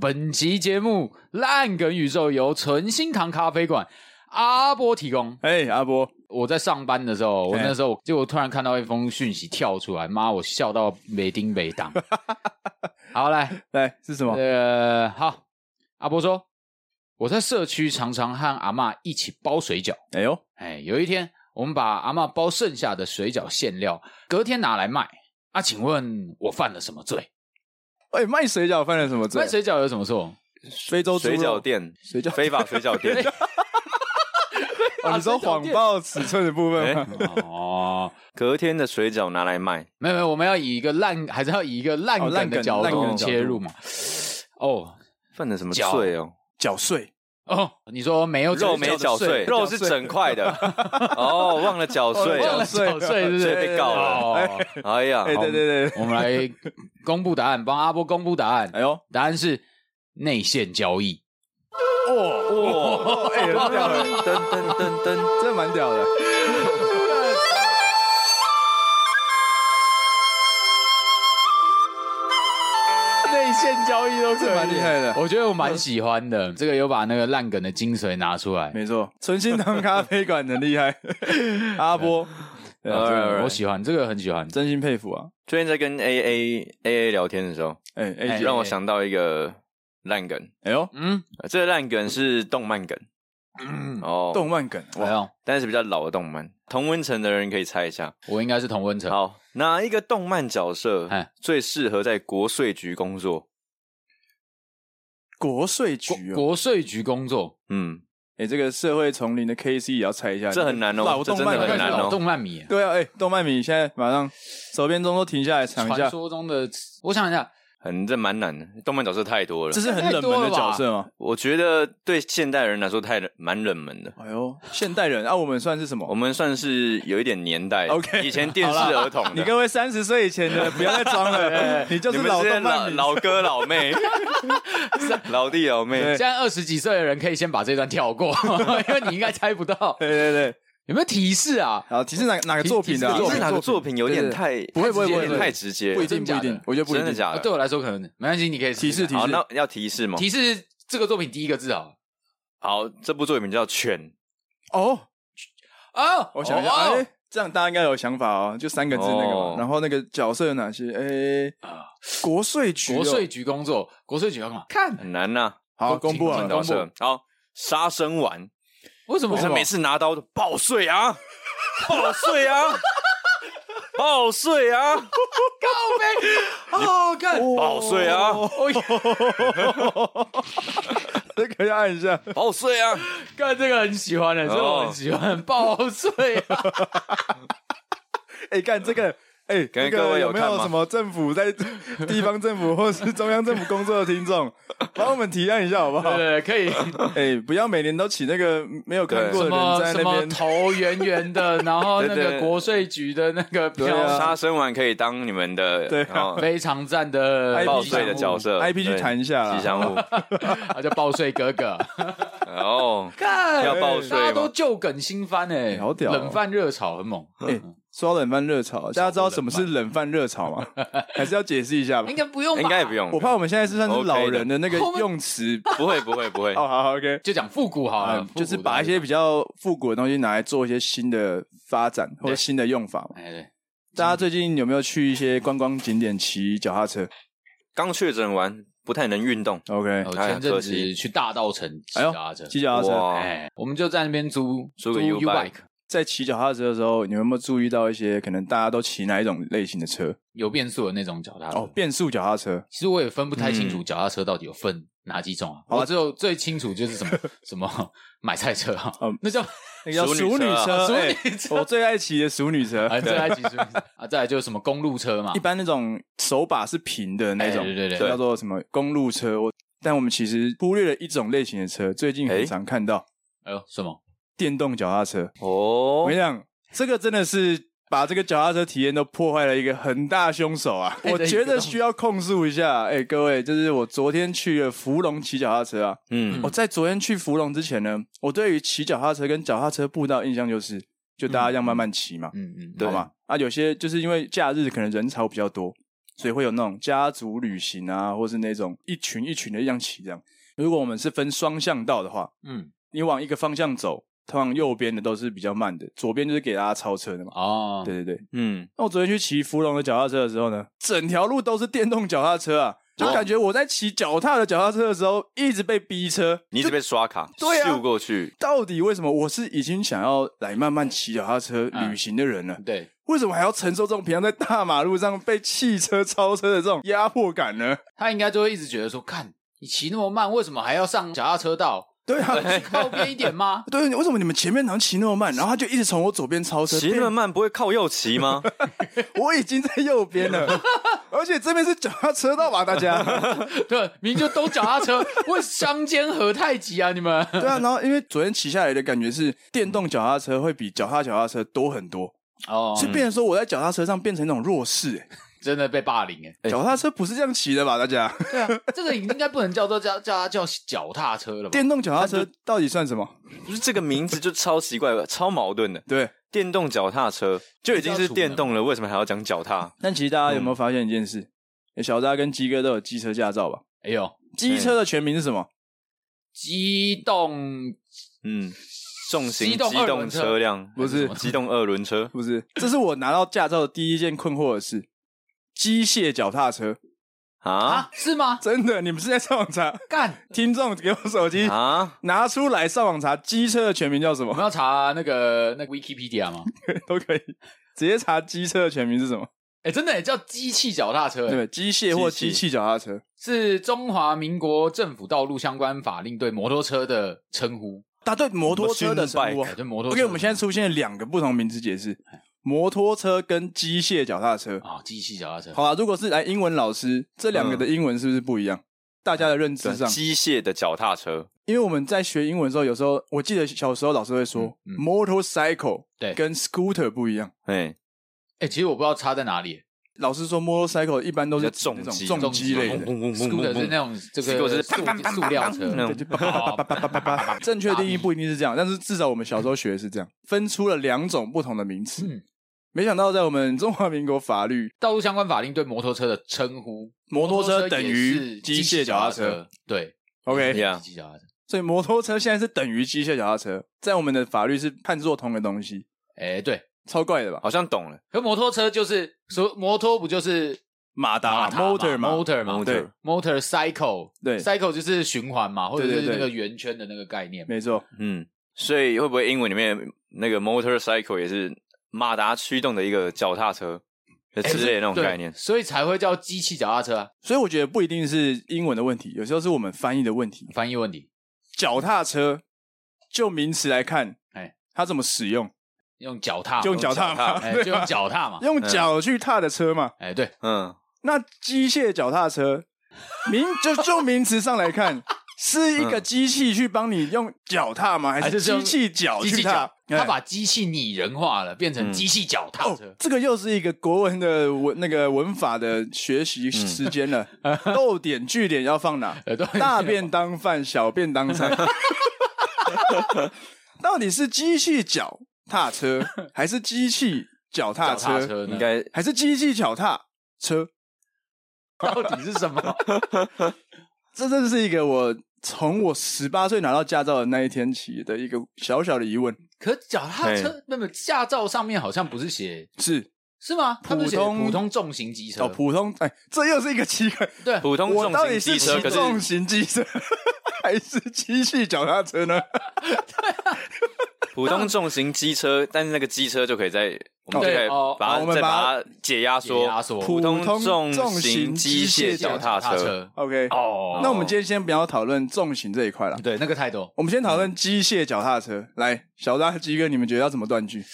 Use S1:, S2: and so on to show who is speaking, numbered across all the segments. S1: 本集节目《烂梗宇宙》由纯心堂咖啡馆阿波提供。
S2: 哎，阿波，
S1: 我在上班的时候，我
S2: 哎
S1: 那时候就突然看到一封讯息跳出来，妈，我笑到没丁没当。好，来，
S2: 来是什么？
S1: 呃，好，阿波说，我在社区常常和阿嬷一起包水饺。
S2: 哎呦，
S1: 哎，有一天我们把阿嬷包剩下的水饺馅料，隔天拿来卖。啊，请问我犯了什么罪？
S2: 哎，卖水饺犯了什么罪
S1: 卖？水饺有什么错？
S2: 非洲猪
S3: 水
S2: 肉
S3: 饺，店，
S2: 水 饺
S3: 非法水饺 店，
S2: 哦，你说谎报尺寸的部分
S3: 哎
S2: 吗？
S1: 哦，
S3: 隔天的水饺拿来卖，
S1: 没有没有，我们要以一个烂，还是要以一个烂
S2: 哦烂
S1: 梗的
S2: 梗
S1: 角
S2: 烂
S3: 梗
S1: 度
S3: 的角
S1: 切
S2: 度
S1: 入嘛？哦
S3: 犯了什么
S1: 饺
S3: 罪哦？
S2: 绞碎，
S1: 哦，你说没有
S3: 肉没
S2: 饺
S3: 绞
S2: 碎
S3: 碎，
S2: 饺
S3: 肉是
S2: 碎
S3: 整块的。 哦，忘了绞碎
S1: 忘了
S3: 了。
S1: 缴税，是不
S3: 所
S1: 是
S3: 以被告了
S1: 哦
S3: 哎呀，
S2: 哎，对对对，
S1: 我们来公布答案，帮阿波公布答案
S2: 哎。呦，
S1: 答案是内线交易。
S2: 哦，哎，很屌的，
S3: 噔噔噔噔，
S2: 真的蛮屌的。
S1: 内线交易都
S2: 这蛮厉害的
S1: 我觉得我蛮喜欢的。这个有把那个烂梗的精髓拿出来，
S2: 没错，纯心堂咖啡馆很厉 害，阿波，对啊
S3: 呃
S2: 真的
S3: Alright, alright
S1: 我喜欢这个，很喜欢。
S2: 真心佩服啊！
S3: 最近在跟 A A A A 聊天的时候，
S2: 哎
S1: 哎
S2: 哎
S3: 让我想到一个烂梗，
S2: 哎呦，
S1: 嗯
S3: 呃这个烂梗是动漫梗
S1: 嗯，
S3: 哦，
S2: 动漫梗啊
S1: 还
S2: 哇，
S1: 有
S3: 但是比较老的动漫。同温层的人可以猜一下，
S1: 我应该是童文成。
S3: 好，哪一个动漫角色
S1: 哎
S3: 最适合在国税局工作？
S2: 国税
S1: 国
S2: 局哦，
S1: 国税局工作，
S3: 嗯，
S2: 哎，这个社会丛林的 K C 也要猜一下，
S3: 这很难哦
S2: 老
S3: 这
S2: 动
S3: 真的
S2: 漫
S3: 很
S2: 梗
S3: 难哦
S1: 老动漫迷，
S2: 对啊，哎，动漫迷现在马上手边中都停下来想一
S1: 传
S2: 下，
S1: 说中的，我想一下，
S3: 很这蛮难的，动漫角色太多了
S2: 这。是很冷门的角色吗？
S3: 我觉得对现代人来说太冷蛮冷门的。
S2: 哎呦，现代人啊，我们算是什么？
S3: 我们算是有一点年代
S2: OK，
S3: 以前电视儿童的，
S2: 你各位三十岁以前 的，不要再装了， 你就是
S3: 你们
S2: 老
S3: 这些
S2: 动漫迷。
S3: 老老哥老 妹，老弟老妹
S2: 对
S1: 现，在二十几岁的人可以先把这段跳过， 因为你应该猜不到。
S2: 对对对，
S1: 有没有提示啊？
S2: 好，提示哪哪个作品的啊？
S3: 你是哪个作品有点太
S2: 不会不会不会
S3: 有点太直接
S2: 不一
S3: 了？
S2: 定不一定，我觉得不一
S3: 真的
S2: 定。
S3: 假
S1: 啊对
S3: 的？
S1: 我来说可能没关系，你可以试
S2: 提示
S1: 试看
S2: 提
S3: 好，
S2: 示
S3: 那要提示吗？
S1: 提示这个作品第一个字啊。
S3: 好，这部作品叫《犬
S2: 哦，
S1: 哦，
S2: 我想一下，
S1: 哦
S2: 哎，这样大家应该有想法哦，就三个字那个
S3: 哦啊
S2: 嘛。然后那个角色有哪些？哎，国税局哦，
S1: 国税局工作，国税局要干嘛？看》，
S3: 很难呐。
S2: 好公布
S1: 请请。
S2: 了
S3: 角
S1: 公
S3: 色
S1: 布
S3: 好，杀生丸，
S1: 为什么？
S3: 我们每次拿刀都报税啊，报税啊，报税啊，
S1: 告白，哦，看
S3: 报税啊，
S2: 哦 这个要按一下，
S3: 报税啊！
S1: 看这个很喜欢的，这个我很喜欢，报税啊，
S2: 哎，看这个。哎，
S3: 刚
S2: 那
S3: 刚各
S2: 个
S3: 位有
S2: 有没
S3: 看吗
S2: 有什么政府在地方政府或是中央政府工作的听 众，帮我们提案一下好不好？
S1: 对，可以。
S2: 哎，不要每年都请那个没有看过
S1: 什
S2: 的人
S1: 么
S2: 在
S1: 什
S2: 那
S1: 么
S2: 边。
S1: 头圆圆的，然后那
S3: 对
S1: 个
S3: 对
S1: 国税局的那个
S2: 对啊
S1: 飘
S3: 杀生丸可以当你们的
S2: 对啊
S3: 哦
S1: 非常赞的
S2: IP
S3: 报税的角色
S2: IP 去
S3: 对
S2: 谈一下啦
S3: 吉祥物，
S1: 他叫啊报税哥哥，
S3: 哦，
S1: 看
S3: 要报
S1: 大
S3: 税
S1: 家都
S3: 吗？
S1: 旧梗新翻哎，
S2: 好屌哦
S1: 冷饭热炒很猛，
S2: 哎，说到冷饭热炒，大家知道什么是冷饭热炒 吗？还是要解释一下吧
S1: 应。该不用吧，
S3: 应该也不用，
S2: 我怕我们现在是算是老人的那个
S1: OK 的
S2: 用词。
S3: 不会不会不会，
S2: 哦，好好，OK，
S1: 就讲复古好了
S2: 嗯，就是把一些比较复古的东西拿来做一些新的发展或者新的用法嘛。
S1: 哎对，
S2: 大家最近有没有去一些观光景点骑脚踏车
S3: 刚确诊完不太能运动，
S1: 我
S2: ？OK，
S3: 哎
S1: 哦前阵
S3: 可
S1: 子
S3: 惜
S1: 去大道城骑
S2: 哎呦
S1: 脚踏车，
S2: 骑脚踏车，
S3: 哇
S1: 哎，我们就在那边租
S3: 租个 U
S1: U
S3: bike
S2: 在骑脚踏车的时候，你们有没有注意到一些可能大家都骑哪一种类型的车？
S1: 有变速的那种脚踏车。
S2: 哦，变速脚踏车。
S1: 其实我也分不太清楚
S3: 嗯
S1: 脚踏车到底有分哪几种啊，
S2: 好啊
S1: 我只有最清楚就是什么 什么买菜车啊，
S2: 嗯
S1: 那叫
S2: 那个叫
S3: 熟
S2: 熟
S3: 女
S2: 女
S3: 车
S2: 车，
S3: 啊
S1: 熟
S2: 哎
S1: 女车
S2: 我最爱骑的熟女车。
S1: 啊，再来几处啊，再来就是什么公路车嘛
S2: 一，般那种手把是平的那种，
S1: 哎对对对
S2: 就叫做什么公路车。我但我们其实忽略了一种类型的车，最近
S3: 哎
S2: 很常看到
S1: 哎呦什么
S2: 电动脚踏车。我
S3: 哦
S2: 跟，你讲，这个真的是把这个脚踏车体验都破坏了一个很大凶手啊！
S1: 哎
S2: 我
S1: 对
S2: 觉得需要控诉一下。哎，各位，就是我昨天去了芙蓉骑脚踏车啊。
S3: 嗯
S2: 我在昨天去芙蓉之前呢，我对于骑脚踏车跟脚踏车步道印象就是，就大家要慢慢骑嘛，
S1: 嗯嗯
S3: 对
S2: 好吗？啊，有些就是因为假日可能人潮比较多，所以会有那种家族旅行啊，或是那种一群一群的一样骑这样。如果我们是分双向道的话，
S1: 嗯，
S2: 你往一个方向走，通常右边的都是比较慢的，左边就是给大家超车的嘛。
S1: 哦，
S2: 对对对。
S3: 嗯，
S2: 那我昨天去骑芙蓉的脚踏车的时候呢，整条路都是电动脚踏车啊，
S3: 哦
S2: 就感觉我在骑脚踏的脚踏车的时候，一直被逼车。
S3: 你一直被刷卡，
S2: 对啊
S3: 秀过去，
S2: 到底为什么我是已经想要来慢慢骑脚踏车
S1: 嗯
S2: 旅行的人了？
S1: 对，
S2: 为什么还要承受这种平常在大马路上被汽车超车的这种压迫感呢？
S1: 他应该就会一直觉得说，看你骑那么慢，为什么还要上脚踏车道？
S2: 对 啊，
S1: 靠边一点吗？
S2: 对，为什么你们前面好像骑那么慢，然后他就一直从我左边超车？
S3: 骑那么慢不会靠右骑吗？
S2: 我已经在右边 了，而且这边是脚踏车道吧，大 家？
S1: 对，明明就都脚踏车，为相煎何太急啊！你们
S2: 对啊，然后因为昨天骑下来的感觉是电动脚踏车会比脚踏脚踏车多很多，
S1: 哦
S2: 所以变成说我在脚踏车上变成一种弱势、欸。
S1: 真的被霸凌哎。
S2: 脚踏车不是这样骑的吧，大 家？
S1: 对啊，这个应该不能叫做叫叫它叫脚踏车了吧？
S2: 电动脚踏车到底算什么？
S3: 不是这个名字就超奇怪的，超矛盾的。
S2: 对，
S3: 电动脚踏车就已经是电动了，为什么还要讲脚踏？
S2: 但其实大家有没有发现一件事？欸小扎跟鸡哥都有机车驾照吧？
S1: 哎呦，
S2: 机车的全名是什么？
S1: 机动
S3: 嗯，重型
S1: 机
S3: 机
S1: 动二轮
S3: 动
S1: 车
S3: 车辆
S2: 不是
S3: 机动二轮车，
S2: 不是，这是我拿到驾照的第一件困惑的事。机械脚踏车，
S3: 啊
S1: 啊？是吗？
S2: 真的，你们是在上网查？
S1: 干，
S2: 听众给我手机，
S3: 啊！
S2: 拿出来上网查机车的全名叫什
S1: 我
S2: 么
S1: 们要查那个那个 Wikipedia 吗？
S2: 都可以，直接查机车的全名是什么？
S1: 哎，真的耶叫机器脚踏车耶，欸
S2: 对，机械或机
S3: 机器
S2: 器脚踏车。
S1: 是中华民国政府道路相关法令对摩托车的称呼，
S2: 答啊对，摩托车的称呼啊哎
S1: 哎，。就摩托车。
S2: OK，我们现在出现两个不同名词解释：摩托车跟机械脚踏车。
S1: 啊，机器脚踏车，
S2: 好啊，如果是来英文老师，这两个的英文是不是不一样？大家的认知上，
S3: 机械的脚踏车，
S2: 因为我们在学英文的时候，有时候我记得小时候老师会说、
S1: 嗯嗯
S2: motorcycle，
S1: 对
S2: 跟 scooter 不一样。
S3: 哎，
S1: 哎，其实我不知道差在哪里耶。
S2: 老师说 motorcycle 一般都是
S3: 比较重
S2: 那种
S3: 机
S2: 重机类的，
S3: 轰轰轰轰
S1: scooter
S3: 轰
S1: 是那种这个
S3: Scooter 是
S1: 塑塑料车，
S3: 那
S2: 对，
S3: 种
S2: 就叭叭叭叭叭叭叭叭。正确定义不一定是这样，但是至少我们小时候学的是这样，分出了两种不同的名词。
S1: 嗯
S2: 没想到在我们中华民国法律，
S1: 道路相关法令对摩托车的称呼，
S2: 摩托车等
S1: 也
S2: 于
S1: 是
S2: 机
S1: 机
S2: 械脚踏
S1: 踏
S2: 车。，
S1: 对
S2: OK，
S3: Yeah
S1: 机械脚踏车。
S2: 所以摩托车现在是等于机械脚踏车，在我们的法律是判作同个东西，
S1: 哎，对，
S2: 超怪的吧？
S1: 啊
S3: 好像懂了。
S1: 可摩托车就是说摩托不就是
S2: 马达
S1: 马达
S2: motor 嘛
S1: motor 嘛，
S2: 对
S3: Motor
S1: motorcycle，
S2: 对
S1: ，cycle 就是循环嘛，或者
S2: 对
S1: 是
S2: 对对
S1: 那个圆圈的那个概念嘛。
S2: 没错，
S3: 嗯，所以会不会英文里面那个 motorcycle 也是马达驱动的一个脚踏车之类的那种
S1: 对
S3: 概念？
S1: 所以才会叫机器脚踏车啊。
S2: 所以我觉得不一定是英文的问题，有时候是我们翻译的问题。
S1: 翻译问题，
S2: 脚踏车就名词来看，哎
S1: 哎，
S2: 它怎么使用？
S1: 用脚踏嘛，
S2: 就用脚踏嘛，
S1: 哎，
S2: 对啊
S1: 就
S2: 吧
S1: 用脚踏嘛，
S2: 用脚去踏的车嘛。
S1: 哎，对，
S3: 嗯，
S2: 那机械脚踏车，名就就名词上 来看，是一个机器去帮你用脚踏吗？还
S1: 嗯还
S2: 是
S1: 是
S2: 哎机器脚
S1: 机
S2: 去
S1: 器
S2: 踏
S1: 脚？，
S2: 哎哦
S1: 他把机器拟人化了，变成机器脚踏车。
S2: 这个又是一个国文的文那个文法的学
S1: 嗯
S2: 习时 间了，逗点句点要放哪？
S1: 呃，对，
S2: 大便当饭，小便 当餐，到底是机器脚踏车还是机器脚踏
S1: 脚踏
S2: 车？
S1: 车呢
S3: 应该
S2: 还是机器脚踏车？
S1: 到底是什么？
S2: 这真的是一个我从我十八岁拿到驾照的那一天起的一个小小的疑问，
S1: 可脚踏车那么驾照上面好像不是写
S2: 是
S1: 是吗？他们写
S2: 普通
S1: 普通重型机车
S2: 哦，，普通哎，这又是一个奇怪，
S1: 对，
S3: 普通
S2: 我
S3: 重
S2: 到
S3: 型
S2: 底是
S3: 机车，
S2: 骑
S3: 可
S2: 重
S3: 是
S2: 型机 车还是机器脚踏车呢？
S3: 普通重型机车，但是那个机车就可以在我们就可
S1: 对
S3: 以
S1: 哦
S3: 把
S2: 好我
S3: 它
S2: 们
S3: 再
S2: 把
S3: 把它解压缩，
S1: 解压缩
S3: 普通
S2: 普通重
S3: 重
S2: 型
S3: 型
S2: 机
S3: 机
S2: 械
S3: 械脚踏
S1: 踏
S3: 车。。
S2: OK，、
S1: 哦，
S2: 那我们今天先不要讨论重型这一块了，
S1: 对那个太多，
S2: 我们先讨
S3: 嗯
S2: 论机械脚踏车。来，小大鸡哥，你们觉得要怎么断句？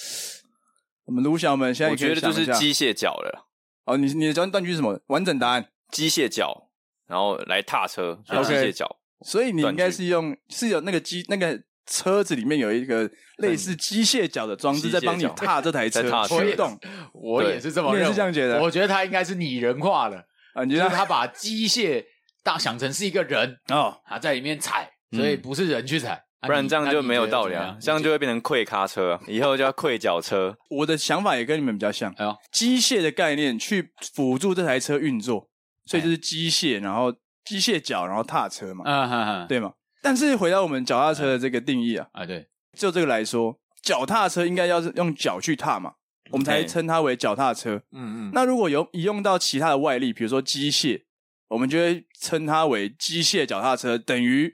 S2: 我们卢小们现在
S3: 我
S2: 可以
S3: 觉得
S2: 想
S3: 就
S2: 一
S3: 是
S2: 下
S3: 机械脚了，
S2: 哦，你你的断断句是什么？完整答案，
S3: 机械脚，然后来踏车，所以
S2: OK
S3: 机械脚。
S2: 所以你应该
S3: 断句
S2: 是用是有那个机那个车子里面有一个类似机械脚的装置
S3: 机械
S2: 在帮你
S3: 脚
S2: 踏这台车
S3: 在踏车
S2: 驱动
S1: 我也是这么
S2: 对
S1: 认为，
S2: 你也是这样觉得
S1: 我觉得他应该是拟人化了，
S2: 啊，你
S1: 就
S2: 觉
S1: 是
S2: 得
S1: 他把机械当想成是一个人，啊
S2: 哦
S1: 他在里面踩，所以不是人去踩。啊
S3: 不然
S1: 你
S3: 这样
S1: 那
S3: 就
S1: 你
S3: 没有
S1: 觉得
S3: 道
S1: 怎
S3: 理
S1: 么
S3: 啊
S1: 样，
S3: 这样就会变成溃咖车，以后就要溃脚车。
S2: 我的想法也跟你们比较像，
S1: 哎呦
S2: 机械的概念去辅助这台车运作，所以
S3: 哎
S2: 就是机械，然后机械脚，然后踏车嘛，
S1: 嗯哼哼，
S2: 对吗？但是回到我们脚踏车的这个定义啊，
S1: 啊对，
S2: 就这个来说，脚踏车应该要是用脚去踏嘛，我们才
S3: 哎
S2: 称它为脚踏车。
S1: 嗯嗯，
S2: 那如果有移用到其他的外力，比如说机械，我们就会称它为机械脚踏车，等于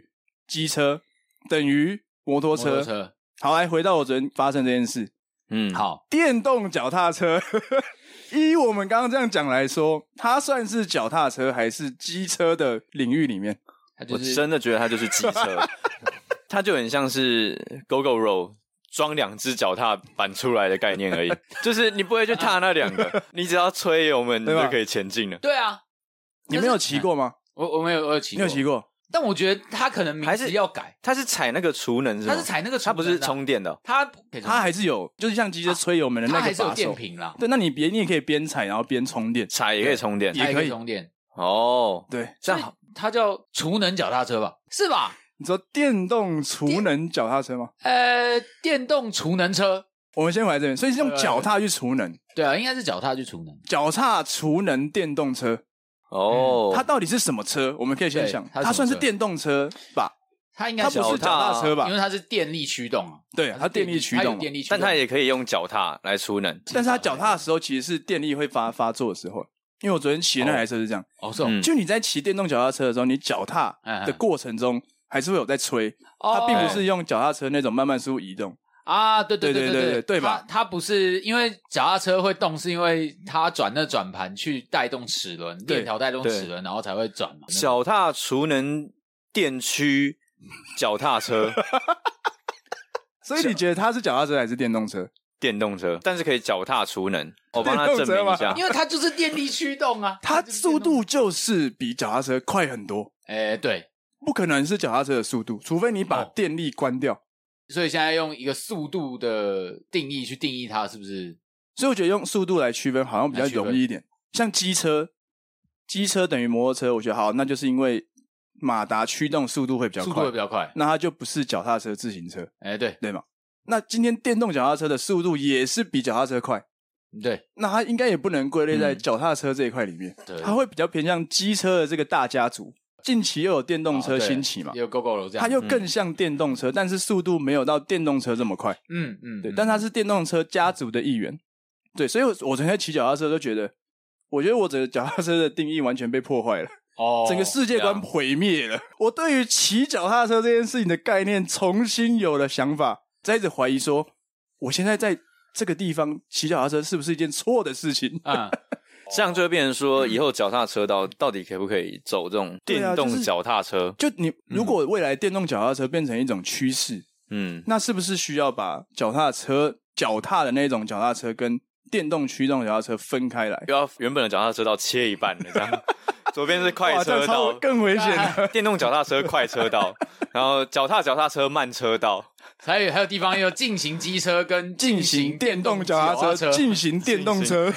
S2: 机车，等于摩托
S1: 摩
S2: 车。
S1: 托车
S2: 好，来回到我昨天发生这件事，
S3: 嗯，，
S1: 好，
S2: 电动脚踏车。 依我们刚刚这样讲来说，它算是脚踏车还是机车的领域里面？
S1: 它就
S3: 我
S1: 是
S3: 真的觉得它就是机 车，它就很像是 Go Go Roll 装两只脚踏板出来的概念而已，就是你不会去踏那 两个，你只要吹油门你
S2: 对吧
S3: 就可以前进了。
S1: 对啊，
S2: 你没有骑过吗？
S1: 我我没有我有哎骑，
S2: 你有骑，过？
S1: 但我觉得它可能名
S3: 还
S1: 字
S3: 是
S1: 要改，
S3: 它是踩那个储能
S2: 哦
S3: 是吗？
S1: 它是踩那个
S3: 它不是
S1: 储能的啊
S3: 充电的哦，
S1: 它
S2: 它还是有，就是像机车吹油门的
S1: 它
S2: 那个把
S1: 还
S2: 手。
S1: 是有电瓶啊啦，
S2: 对，那你别你也可以边踩然后边充电。
S3: 踩也可以充电
S2: 也
S1: 它
S2: 可以
S1: 充电，
S3: 哦。
S2: 对，
S3: 这
S1: 所以
S3: 样
S1: 它叫储能脚踏车吧？是吧？
S2: 你说电动储能脚踏车吗？
S1: 呃，电动储能车，
S2: 我们先回来这边，所以是用
S1: 对
S2: 脚踏去储能，
S1: 对啊，应该是脚踏去储能。
S2: 脚踏储能电动车，
S3: 哦，
S1: 嗯
S2: 它到底是什么车？我们可以先想
S1: 对，它是什么车
S2: 它算是电动车吧？
S1: 它应该
S2: 它不是脚踏车吧
S1: 因？为它是电力驱动啊，
S2: 对，它
S1: 是
S2: 电力驱
S1: 它
S2: 动
S1: 有
S2: 嘛，
S1: 电力驱动，
S3: 但它也可以用脚踏来储能。
S2: 但是它脚踏的时候其实是电力会发发作的时候。因为我昨天骑的那台车是这样，
S1: 哦，是哦
S3: 嗯
S2: 就你在骑电动脚踏车的时候，你脚踏的过程中还是会有在吹，
S1: 哦
S2: 它并不是用脚踏车那种慢慢速移动。
S1: 啊，对对
S2: 对
S1: 对
S2: 对对对吧
S1: 它它不是因为脚踏车会动，是因为它转那转盘去带动齿轮，
S2: 对
S1: 链条带动
S3: 对
S1: 齿轮，然后才会转嘛。
S3: 脚踏储能电驱脚踏车
S2: 所以你觉得它是脚踏车还是电动车？
S3: 电动车，但是可以脚踏储能。我帮他
S2: 电
S3: 证
S2: 动车
S3: 明
S2: 吗
S3: 一下
S1: 因，为它就是电力驱动 啊，
S2: 它
S1: 就是
S2: 速
S1: 电动，
S2: 度就是比脚踏车快很多，
S1: 哎，对，
S2: 不可能是脚踏车的速度，除非你把
S1: 哦
S2: 电力关掉。
S1: 所以现在用一个速度的定义去定义它，是不是？
S2: 所以我觉得用速度来区分好像比较
S1: 来区分
S2: 容易一点。像机车，机车等于摩托车，我觉得好，那就是因为马达驱动速度会比较
S1: 速度
S2: 快
S1: 会比，较快，
S2: 那它就不是脚踏车、自行车，
S1: 哎，对
S2: 对吗？那今天电动脚踏车的速度也是比脚踏车快，
S1: 对
S2: 那它应该也不能归类在
S3: 嗯
S2: 脚踏车这一块里面，
S1: 对，
S2: 它会比较偏向机车的这个大家族。近期又有电动车兴起嘛，
S1: 哦也有 GoGo 楼这样，嗯
S2: 它又更像电动车，但是速度没有到电动车这么快。
S1: 嗯嗯，
S2: 对，
S1: 嗯
S2: 但它是电动车家族的一员。对，所以我我昨天骑脚踏车都觉得，我觉得我整个脚踏车的定义完全被破坏了，
S1: 哦，
S2: 整个世界观毁灭了。我对于骑脚踏车这件事情的概念重新有了想法，再一直怀疑说，我现在在这个地方骑脚踏车是不是一件错的事情？
S1: 啊，
S3: 这样就会变成说，以后脚踏车道到底可不可以走这种
S2: 对啊
S3: 电
S2: 就是
S3: 动脚踏车？
S2: 就你
S1: 嗯
S2: 如果未来电动脚踏车变成一种趋势，
S3: 嗯，
S2: 那是不是需要把脚踏车脚踏的那种脚踏车跟电动驱动脚踏车分开来？
S3: 又要原本的脚踏车道切一半了，这 样左边是快
S2: 哇这样
S3: 车
S2: 超
S3: 道，
S2: 更危险了。
S1: 哎
S3: 电动脚踏车快车 道，然后脚踏脚踏车慢车道，
S1: 还有还有地方也有进行机车跟
S2: 进行电动脚踏车，进行电动车，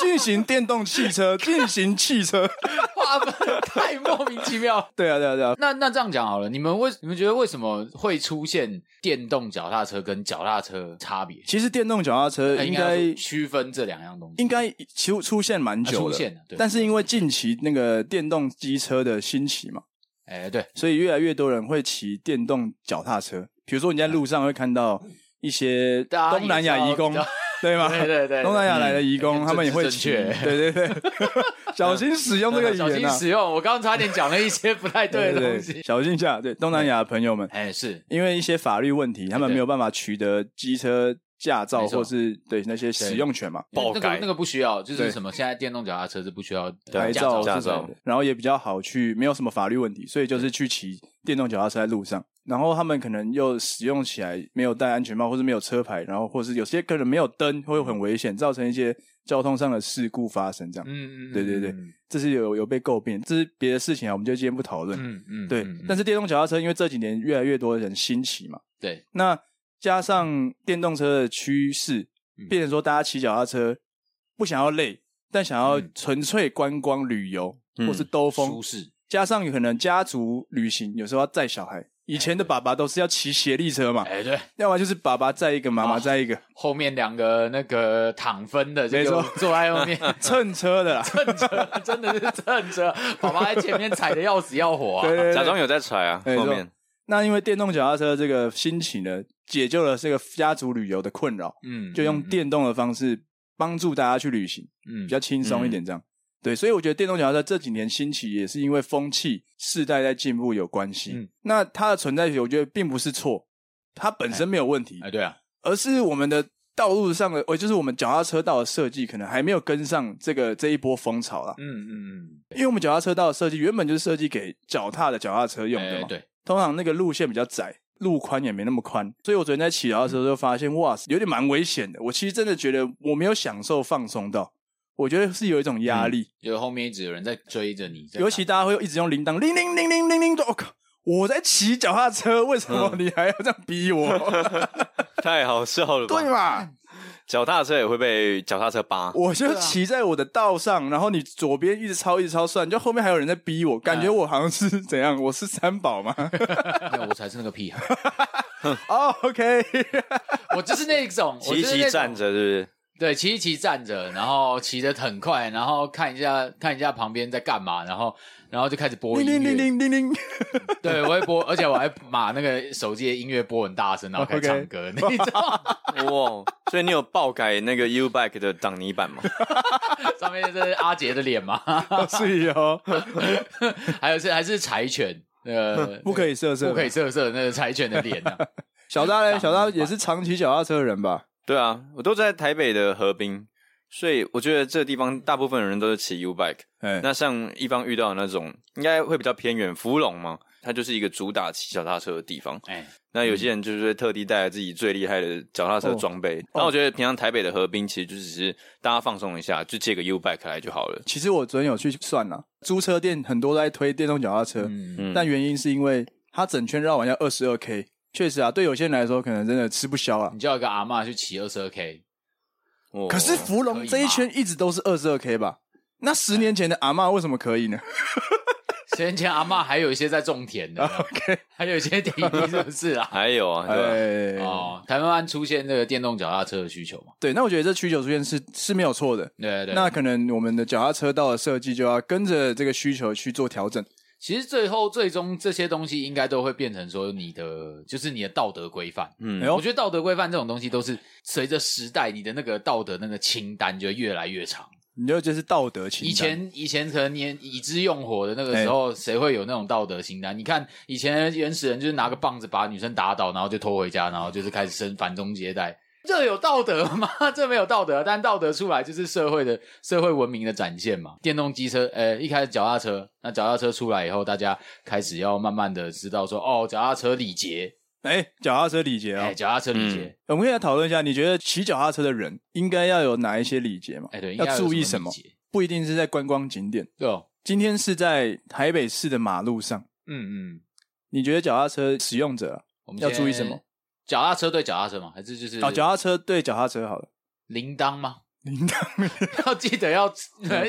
S2: 进行电动汽车， 进行汽车。
S1: 划分太莫名其妙。
S2: 对啊，对啊，对啊。
S1: 那那这样讲好了，你们为你们觉得为什么会出现电动脚踏车跟脚踏车差别？
S2: 其实电动脚踏车呃应该
S1: 要区分这两样东西。
S2: 应该其实出现蛮久
S1: 啊出
S2: 了
S1: 现了对，
S2: 但是因为近期那个电动机车的兴起嘛，
S1: 哎，对，
S2: 所以越来越多人会骑电动脚踏车。比如说，你在路上会看到一些
S1: 大家也
S2: 东南亚移工
S1: 知道，
S2: 对吗？
S1: 对对对
S2: 东南亚来的移工，
S1: 嗯
S2: 他们也会
S1: 政治
S2: 骑。
S1: 正确
S2: 对对 对，小心使用这个语
S1: 小
S2: 言
S1: 心
S2: 啊！
S1: 使用。我刚刚差点讲了一些不太对的东
S2: 对，
S1: 西。
S2: 小心一下。对，东南亚的朋友 们，
S1: 哎，是
S2: 因为一些法律问题，他们没有办法取得机车驾照
S1: 没错
S2: 或是对那些使用权嘛，
S1: 那
S3: 爆
S1: 个
S3: 改
S1: 那个不需要，就
S2: 对
S1: 是什么现在电动脚踏车是不需要呃
S3: 对
S2: 牌
S1: 驾
S2: 照
S1: 的
S3: 驾
S2: 是什么
S3: 照
S2: 的，然后也比较好去，没有什么法律问题，所以就是去骑电动脚踏车在路上。然后他们可能又使用起来没有戴安全帽，或是没有车牌，然后或是有些可能没有灯，会很危险，造成一些交通上的事故发生。这样，
S1: 嗯嗯，嗯
S2: 对对对
S1: 嗯
S2: 这是有有被诟病，这是别的事情啊，我们就今天不讨论。
S1: 嗯嗯，
S2: 对，
S1: 嗯嗯
S2: 但是电动脚踏车因为这几年越来越多人兴起嘛，
S1: 对，
S2: 那加上电动车的趋势
S1: 嗯，
S2: 变成说大家骑脚踏车不想要累，但想要
S1: 嗯
S2: 纯粹观光旅游、
S3: 嗯
S2: 或是兜风
S1: 舒，适，
S2: 加上有可能家族旅行，有时候要载小孩，以前的爸爸都是要骑斜力车嘛，
S1: 哎，啊对，
S2: 要么就是爸爸载一个，妈妈载一个，
S1: 后面两个那个躺分的，
S2: 没
S1: 就
S2: 错
S1: 坐在后 面
S2: 蹭车的啦。
S1: 蹭车，真的是蹭车，爸爸在前面踩的要死要活啊
S2: 对！对
S3: 假
S2: 对。
S3: 装有在踩啊，
S2: 没错
S3: 后面
S2: 那因为电动脚踏车这个兴起呢，解救了这个家族旅游的困扰，
S1: 嗯，
S2: 就用电动的方式帮助大家去旅行，
S1: 嗯，嗯
S2: 比较轻松一点这样。对，所以我觉得电动脚踏车这几年兴起也是因为风气、世代在进步有关系。
S1: 嗯
S2: 那它的存在，我觉得并不是错，它本身没有问题。
S1: 哎，对啊，
S2: 而是我们的道路上的，呃，就是我们脚踏车道的设计可能还没有跟上这个这一波风潮啦。
S1: 嗯嗯
S2: 因为我们脚踏车道的设计原本就是设计给脚踏的脚踏车
S1: 嗯，
S2: 用的
S1: 哎
S2: 嘛，
S1: 对，
S2: 通常那个路线比较窄。路宽也没那么宽，所以我昨天在骑脚踏车的时候发现，哇，有点蛮危险的。我其实真的觉得我没有享受放松到，我觉得是有一种压力，
S1: 就后面一直有人在追着你，在
S2: 尤其大家会一直用铃铛，铃铃铃铃铃铃，我、靠，我在骑脚踏车，为什么你还要这样逼我？
S3: 太好笑了吧？
S2: 对吧？
S3: 脚踏车也会被脚踏车扒，
S2: 我就骑在我的道上，然后你左边一直超一直超算，就后面还有人在逼我，感觉我好像是怎 样？我是三宝吗？
S1: 打，没有我才是那个屁孩，
S2: 哦，OK、o k
S1: 我就是那种
S3: 骑一骑站，着，
S1: 我
S3: 是
S1: 就是那种对，骑一骑站着，然后骑得很快，然后看一下看一下旁边在干嘛，然后然后就开始播
S2: 铃
S1: 音
S2: 铃铃
S1: 乐，
S2: 铃铃铃，
S1: 对我会播，而且我还把那个手机的音乐播很大声，然后开始
S2: OK
S1: 唱歌，你知道吗？
S3: 不是？哇！所以你有爆改那个 U Bike 的挡泥板吗？
S1: 上面是阿杰的脸吗？
S2: 是 哦，
S1: 还有是还是柴犬，呃，
S2: 不可以色色，
S1: 不可以。色色的那个柴犬的脸呢、啊？
S2: 小扎嘞，小扎也是长骑脚踏车的人吧？
S3: 对啊，我都在台北的河滨，所以我觉得这地方大部分人都是骑 U Bike。
S2: 哎，
S3: 那像一方遇到的那种，应该会比较偏远，福隆嘛，它就是一个主打骑脚踏车的地方。
S1: 哎，
S3: 那有些人就是会特地带来自己最厉害的脚踏
S2: 哦
S3: 车装备。那、我觉得平常台北的河滨其实就只是大家放松一下，就借个 U bike 来就好了。
S2: 其实我昨天有去算了，租车店很多都在推电动脚踏车，
S1: 嗯，
S3: 嗯，
S2: 但原因是因为它整圈绕完要二十二 K，确实啊，对有些人来说可能真的吃不消啊。
S1: 你叫一个阿嬷去骑二十二 K，
S3: 哦
S2: 可是芙
S1: 可以
S2: 蓉
S1: 吗
S2: 这一圈一直都是二十二 K 吧？那十年前的阿嬷为什么可以呢？
S1: 十年前阿嬷还有一些在种田的
S2: OK
S1: 还有一些体力是不是啊？
S3: 还有 啊，对吧、
S2: 哎，
S1: 哦，台湾出现这个电动脚踏车的需求嘛？
S2: 对，那我觉得这需求出现是是没有错的。
S1: 对对对。
S2: 那可能我们的脚踏车道的设计就要跟着这个需求去做调整。
S1: 其实最后最终这些东西应该都会变成说你的就是你的道德规范。
S3: 嗯
S2: 哎，呦
S1: 我觉得道德规范这种东西都是随着时代，你的那个道德那个清单就会越来越长。
S2: 你就就是道德清单
S1: 以前以前可能年以之用火的那个时候，谁会有那种道德清单？你看以前原始人就是拿个棒子把女生打倒，然后就拖回家，然后就是开始生反中接代。 这有道德吗？ 这没有道德，但道德出来就是社会的社会文明的展现嘛。电动机车，呃，一开始脚踏车，那脚踏车出来以后，大家开始要慢慢的知道说，哦，脚踏车礼节，
S2: 哎，脚踏车礼节啊、
S1: 哎，脚踏车礼节，
S2: 我们可以来讨论一下，你觉得骑脚踏车的人应该要有哪一些礼节嘛？
S1: 哎，对，应该
S2: 要
S1: 有
S2: 注意
S1: 什
S2: 么
S1: 礼？节？
S2: 不一定是在观光景点，
S1: 对哦，
S2: 今天是在台北市的马路上，
S1: 嗯嗯，
S2: 你觉得脚踏车使用者啊、
S1: 我们
S2: 要注意
S1: 先
S2: 什么？
S1: 脚踏车对脚踏车吗？还是就是
S2: 哦，脚踏车对脚踏车好了，
S1: 铃铛吗？
S2: 铃铛。
S1: 要记得要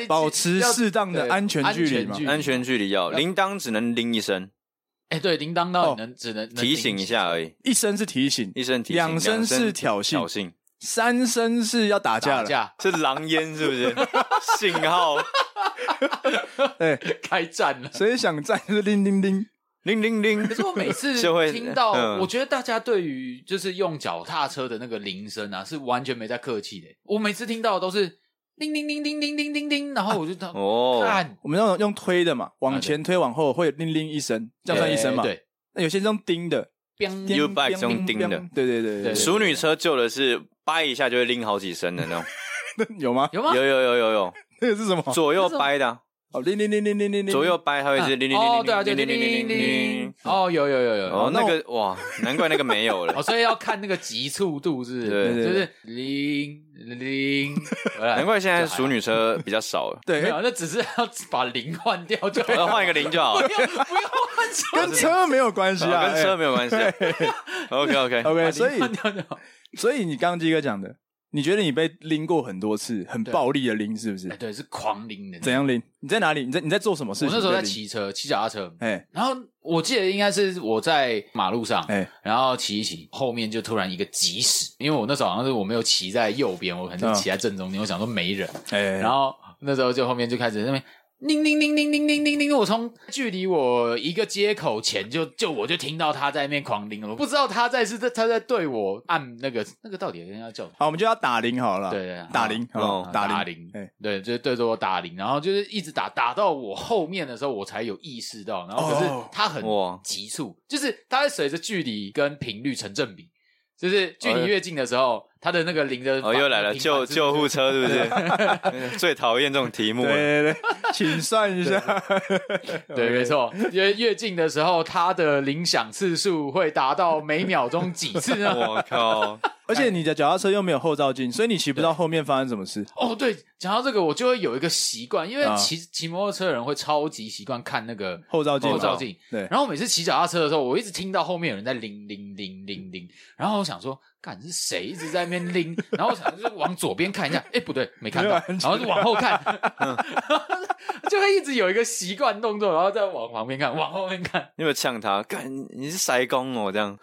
S2: 保持适当的
S1: 对
S2: 安全距离
S1: 安全
S2: 嘛
S1: 距离
S3: 安全距离要
S2: 哎
S3: 铃铛只能铃一声，
S1: 哎，对，铃铛到
S2: 哦
S1: 底能只能能
S3: 提醒一下而已，
S2: 一声是提醒，
S3: 一声提醒。
S2: 两声是挑衅
S3: 挑衅
S2: 三声是要打架
S1: 打
S2: 了。
S1: 架
S3: 是狼烟是不是？ 信号
S2: 对，
S1: 开战了。
S2: 所以想站就是叮叮叮。
S3: 铃铃铃
S1: 可。是我每次
S3: 就会
S1: 听到，
S3: 嗯
S1: 我觉得大家对于就是用脚踏车的那个铃声啊，是完全没在客气的。我每次听到的都是叮叮叮叮叮叮叮叮，然后我就当
S3: 哦，
S1: 看
S2: 我们那种用推的嘛，
S3: 啊
S2: 往前推往后会有叮叮一声，这样算一声嘛？
S1: 哎。对，
S2: 那有些是用叮的
S1: 叮
S2: 叮
S3: U bike 是用叮的
S2: 对对对对
S1: 对
S3: 熟女车救的是掰一下就会拎好几声的那种，
S2: 对，有吗？
S1: 有吗？
S3: 有有有有有，
S2: 那个是什么？
S3: 左右掰的啊、
S2: 哦，叮叮叮叮叮叮，
S3: 左右掰它会是铃铃铃
S1: 哦
S3: 铃，
S1: 对啊，对，
S3: 铃
S1: 叮
S3: 铃
S1: 叮
S3: 铃铃
S1: 叮
S3: 铃铃
S1: 叮。，哦，有有有有有
S3: 哦，那个哇，难怪那个没有 了
S1: 哦，，所以要看那个急促度是不是，
S3: 对
S2: 对
S1: 就
S2: 对，
S1: 是铃铃，
S3: 难
S1: 难
S3: 怪现在熟女车比较少了
S2: 对
S1: 没，有，那只是要把铃换掉就好
S3: 我要
S1: 了，
S3: 换一个铃就好
S1: 不
S3: 了，
S1: 用不用换 手
S2: 跟车没有关系
S3: 哦
S2: 啊，
S3: 跟车没有关系。OK
S2: 哎
S3: OK，
S2: OK，
S1: 把
S2: 所
S1: 铃换
S2: 以
S1: 掉就好。
S2: 所以你刚刚鸡哥讲的，你觉得你被拎过很多次，很
S1: 对
S2: 暴力的拎是不是
S1: 哎，？对，是狂淋的。
S2: 怎？样拎？你在哪里？你在你在做什么事
S1: 我
S2: 情？
S1: 那时候在
S2: 被拎，
S1: 骑车，骑脚踏车，
S2: 哎
S1: 然后我记得应该是我在马路上，
S2: 哎
S1: 然后骑一骑，后面就突然一个急驶，因为我那时候好像是我没有骑在右边，我可能
S2: 嗯
S1: 是骑在正中间，我想说没人，
S2: 哎，
S1: 然后那时候就后面就开始在那边。铃铃铃铃铃铃铃铃！我从距离我一个街口前就就我就听到他在那边狂铃了，我不知道他在是在他在对我按那个那个到底人家叫什么？
S2: 好，我们就要打铃好
S3: 啊
S2: 了啦，
S1: 对对对
S2: 打铃，好不好
S3: 哦
S1: 打
S2: 打
S1: 铃
S2: 铃，哎，
S1: 对，就是对着我打铃，然后就是一直打，打到我后面的时候，我才有意识到。然后可是
S2: 哦
S1: 它很
S3: 哇
S1: 急促，就是它会随着距离跟频率成正比，就是距离越近的时候，它的那个铃的
S3: 哦，又来了，救救护
S1: 车，
S3: 车是不 是？最讨厌这种题目
S2: 对对
S3: 了。
S2: 对，请算一下，
S1: 对，没错，越越近的时候，它的铃响次数会达到每秒钟几次 呢？
S3: 我靠！
S2: 而且你的脚踏车又没有后照镜，所以你骑不到后面发生什么事。
S1: 哦，对，讲到这个，我就会有一个习惯，因为
S2: 啊
S1: 骑骑摩托车的人会超级习惯看那个
S2: 后照镜嘛，
S1: 后照镜，
S2: 对，
S1: 然后我每次骑脚踏车的时候，我一直听到后面有人在铃铃铃铃铃，然后我想说，干是谁一直在那边铃？ 然后我想就是往左边看一下，哎不对，没看到，
S2: 没有
S1: 然后就往后看， 就会一直有一个习惯动作，然后再往旁边看，往后面看，
S3: 你有没有呛他？干，你是塞工哦，这样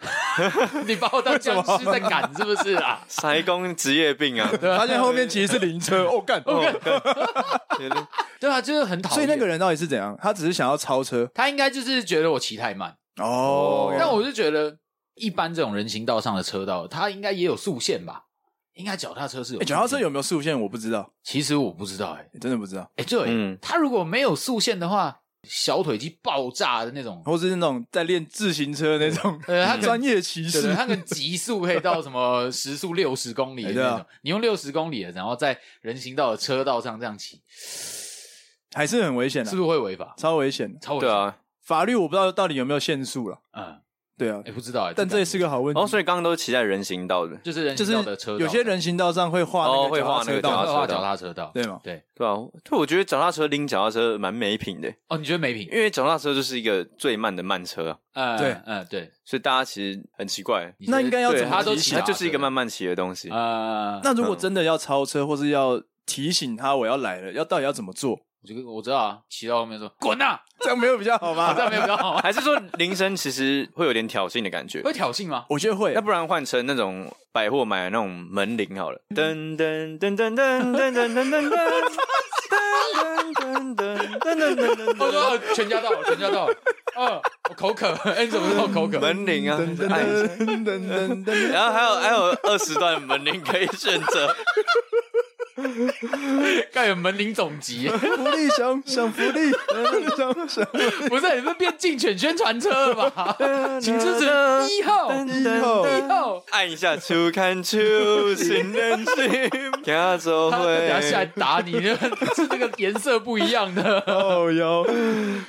S1: 你把我当僵尸在赶是不是啊？
S3: 塞工职业病啊！
S1: 对
S2: 发
S1: 啊，
S2: 现后面其实是灵车，哦 干，
S3: 哦干有点
S1: 对啊，就是很讨厌。
S2: 所以那个人到底是怎样？他只是想要超车
S1: 他应该就是觉得我骑太慢，
S2: 哦
S1: 但我就觉得一般这种人行道上的车道，他应该也有速限吧？应该脚踏车是有
S2: 诶哎脚踏车
S1: 速限，
S2: 有嗯没有速限？我不知道，
S1: 其实我不知道哎、
S2: 诶真的不知道。
S1: 哎、对，
S3: 嗯
S1: 他如果没有速限的话，小腿肌爆炸的那种，
S2: 或是那种在练自行车那种
S1: 呃，他可能
S2: 专业骑
S1: 对对，
S2: 士，
S1: 他可能极速可以到什么时速六十公里的
S2: 哎 对
S1: 那
S2: 啊
S1: 种，你用六十公里的，然后在人行道的车道上这样骑，
S2: 还是很危险的
S1: 是，不是会违法？
S2: 超危险的。
S1: 超危
S3: 对
S1: 险，
S3: 啊，
S2: 法律我不知道到底有没有限速了，
S1: 嗯，
S2: 对啊
S1: 哎、，不知道、哎，
S2: 但这也是
S1: 个
S2: 个好问
S3: 哦，
S2: 题。
S3: 所以刚刚都骑在人行道的，
S1: 就是人
S2: 就
S1: 行
S2: 是
S1: 道的车道，
S2: 有些人行道上会画
S3: 哦
S2: 那个
S3: 会画
S2: 脚踏车
S3: 那个
S1: 会
S3: 脚踏
S2: 道，
S1: 画
S3: 车道
S1: 脚踏车道，
S2: 对吗？
S1: 对，
S3: 对啊，对，我觉得脚踏车拎脚踏车蛮没品的，
S1: 哦，你觉得没品？
S3: 因为脚踏车就是一个最慢的慢车啊，
S1: 嗯，
S2: 对
S1: 嗯，对，
S3: 所以大家其实很奇怪，
S1: 你觉得
S2: 那应该要
S3: 对，
S2: 怎么
S1: 他都
S2: 理
S1: 骑
S2: 解
S1: 脚
S3: 它
S1: 踏
S3: 就是一
S1: 车
S3: 个慢慢骑的东西。
S1: 呃，
S2: 那如果真的要超车，或是要提醒他我要来了，要到底要怎么做？
S1: 我就我知道啊，骑到后面说滚啊，
S2: 这样没有比较好
S1: 这样
S2: 吧？
S1: 没有比较好吗？
S3: 还是说铃声其实会有点挑衅的感觉？
S1: 会挑衅吗？
S2: 我觉得会
S3: 要，不然换成那种百货买的那种门铃好了，噔噔噔噔噔噔噔噔噔噔噔噔噔噔噔噔
S1: 我
S3: 噔
S1: 说呃全家到了，全家到了。嗯，我口渴，哎，你怎么知道我口渴？
S3: 门铃啊，
S2: 噔噔
S3: 哎
S2: 噔噔噔噔，
S3: 然后还有还有二十段门铃可以选 择，
S1: 盖有门铃总 集，
S2: 福利熊，享福 利，享享
S1: 不是你们变竞选宣传车了 吧？请支持一号，
S2: 一号
S1: 一号。
S3: 按一下秋看秋，情人心，行走
S1: 他等下下来
S3: 会
S1: 打你， 是那个颜色不一样的，
S2: 哦哟，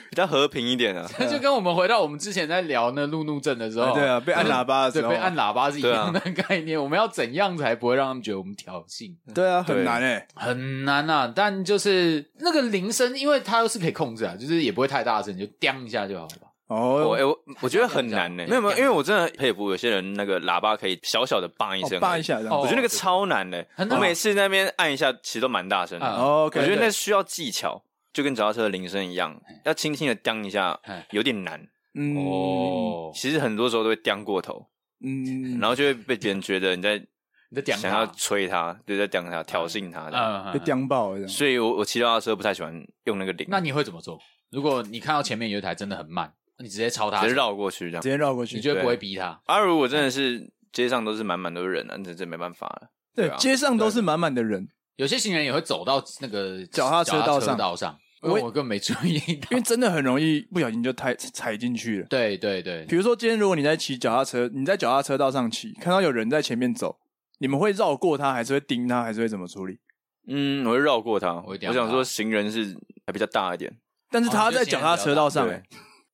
S3: 比较和平一点啊。
S1: 就跟我们回到我们之前在聊那路怒症的时候，
S2: 对啊，被按喇叭的
S1: 哦对，
S2: 时候，啊
S1: 被按，喇叭是一样的概念。我们要怎样才不会让他们觉得我们挑衅？
S2: 对啊，很难哎，
S1: 很难啊，但就是那个铃声，因为它是可以控制啊，就是也不会太大声，你就叮一下就好了吧。
S3: 我
S2: 哦，
S3: 哎我我觉得很难呢，没有没有，因为我真的佩服有些人那个喇叭可以小小的叭一声，
S2: 扒一下这样
S1: 哦
S3: 我觉得那个超难的、
S1: 很难
S3: 我
S1: 吗
S3: 每次那边按一下，其实都蛮大声的。
S1: 啊
S2: ，OK，
S3: 我觉得那需要技巧，就跟脚踏车的铃声一样，要轻轻的当一下
S1: 哎，
S3: 有点难。
S2: 嗯，
S1: 哦，
S3: 其实很多时候都会当过头，
S2: 嗯，
S3: 然后就会被别人觉得你在
S1: 你的屌
S3: 想要吹他，对，在讲他、挑衅
S2: 呃
S3: 他这样
S1: 嗯，
S2: 被
S1: 嗯
S2: 叼爆了这样，
S3: 所以我我骑脚踏车不太喜欢用那个铃，
S1: 那你会怎么做？如果你看到前面有一台真的很慢，你直接超他
S3: 直接，绕过去这样
S2: 直。接绕过
S1: 你
S2: 去。
S1: 绝对不会逼他。
S3: 啊，如果真的是街上都是满满都是人啊，那
S2: 嗯
S3: 这没办法了。
S2: 对
S3: 对啊，
S2: 街上都是满满的人，
S1: 有些行人也会走到那个
S2: 脚踏车道上
S1: 脚踏道上，因为我根本没注意到
S2: 因为真的很容易不小心就踩踩进去 了。
S1: 对对对，
S2: 比如说，今天如果你在骑脚踏车，你在脚踏车道上骑，看到有人在前面走，你们会绕过他，还是会盯他，还是会怎么处理？
S3: 嗯，我会绕过他。
S1: 我
S3: 我
S1: 会屌他
S3: 想说，行人是还比较大一点，
S2: 但是
S1: 哦
S2: 他
S1: 就
S2: 在
S1: 行
S2: 脚
S1: 人
S2: 踏
S1: 比较
S2: 车道
S1: 大
S2: 上、
S3: 对
S2: 欸，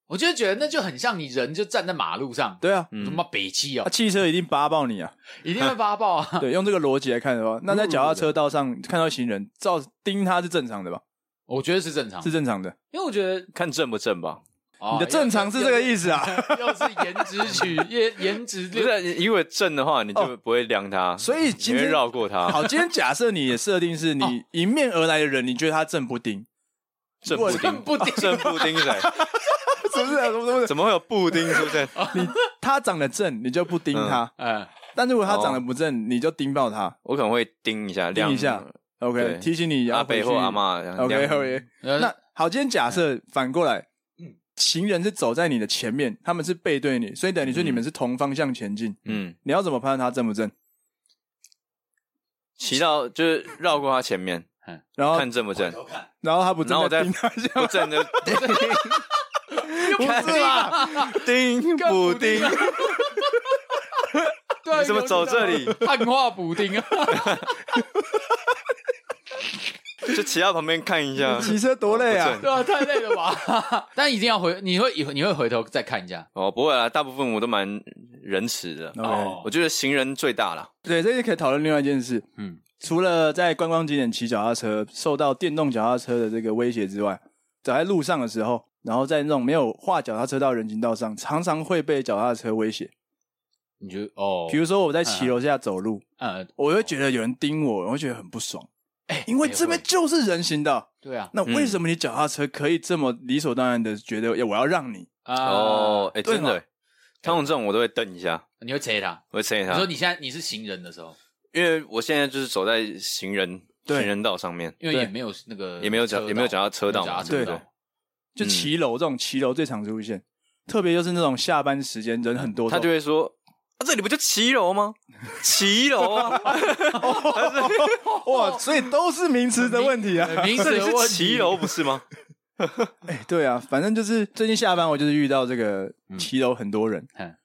S1: 我就觉得那就很像你人就站在马路上，
S2: 对
S3: 嗯
S2: 啊，
S1: 什么北气
S2: 他
S1: 哦，
S2: 汽车一定扒爆你啊！
S1: 一定会发爆啊！
S3: 嗯
S2: 对，用这个逻辑来看的话，那在脚踏车道上看到行人，照盯他是正常的吧？
S1: 我觉得是正常
S3: 啊
S2: 是，正常的。
S1: 因为我觉得
S3: 看正不正吧。
S1: 哦
S2: 你的正常是这个意思啊？
S1: 又是颜值取颜颜值
S3: 不是你如果正的话，你就不会量
S2: 嗯
S3: 它，
S2: 哦所以
S3: 你
S2: 今
S3: 会
S2: 天
S3: 绕过它。
S2: 好，今天假设你的设定是
S3: 哦
S2: 你迎面而来的人，你觉得他正不丁，
S3: 正布
S1: 正
S3: 丁，
S1: 不丁
S3: 正布丁是 谁？
S2: 是不是啊？什么什么
S3: 怎么会有布丁出现？
S2: 他长得正，你就不盯他；
S1: 嗯，
S2: 但如果他长得不正，你就盯爆他。
S3: 我可能会盯一下，
S2: 盯
S3: 量
S2: 一下
S3: 哦对
S2: OK，提醒你
S3: 阿
S2: 要
S3: 北或阿。妈。嗯
S2: OK OK，那
S1: 那
S2: 好，今天假设反过来，行人是走在你的前面，他们是背对你，所以等于说你们是同方向前进。
S3: 嗯，
S2: 你要怎么判断他正不正？
S3: 骑到就是绕过它前面，
S2: 然后
S3: 看正不正，
S2: 然后他哦不
S3: 然
S2: 正
S3: 后我再
S2: 盯他一下，
S3: 不正 就
S2: 不是啦，
S3: 丁补丁，
S1: 对啊，
S3: 你怎么走这里？
S1: 碳化补丁啊，
S3: 就骑到旁边看 一下。
S2: 骑车多累啊
S3: 呃不！
S1: 对啊，太累了吧？ 但一定要回，你会以后你会回头再看一下。
S3: 哦，不会啦，大部分我都蛮仁慈的。
S2: OK，
S3: 我觉得行人最大啦。
S2: 对，这就可以讨论另外一件事。
S1: 嗯
S2: 嗯，除了在观光景点骑脚踏车受到电动脚踏车的这个威胁之外，走在路上的时候，然后在那种没有画脚踏车道的人行道上，常常会被脚踏车威胁。
S1: 你就哦，
S2: 比如说我在骑楼下走路，
S1: 呃，
S2: 我会觉得有人盯我，我会觉得很不爽，
S1: 哎
S2: 因为这边
S1: 哎
S2: 就是人行道。
S1: 对啊
S2: 那为什么你脚踏车可以这么理所当然的觉得哎我要让你？
S1: 啊，
S3: 哦，哎，
S2: 对
S3: 真
S2: 嘛
S3: 的欸，通常这种我都会瞪一下，
S1: 你会切他。
S3: 我会瞪一
S1: 你
S3: 下
S1: 说。你现在你是行人的时候，
S3: 因为我现在就是走在行人
S2: 对
S3: 行人道上面，
S1: 因为也
S2: 对
S1: 没有那个
S3: 也没有
S1: 车
S3: 脚
S1: 道
S3: 也没有脚踏车道
S1: 没有
S3: 嘛，
S1: 脚踏车
S3: 对
S2: 对
S3: 不
S2: 就
S3: 对？
S2: 骑楼这种骑楼最常出现，特别就是那种下班时间人很多的时
S3: 他
S2: 候，
S3: 就会说：“啊，这里不就骑 楼吗？骑楼啊，
S2: 哇，所以都是名词的问题啊。
S1: 呃名
S3: 这
S1: 字
S3: 里
S1: 的
S3: 是
S1: 问
S3: 骑
S1: 题，
S3: 楼不是吗
S2: 哎对啊，反正就是最近下班，我就是遇到这个骑楼很多人，
S1: 嗯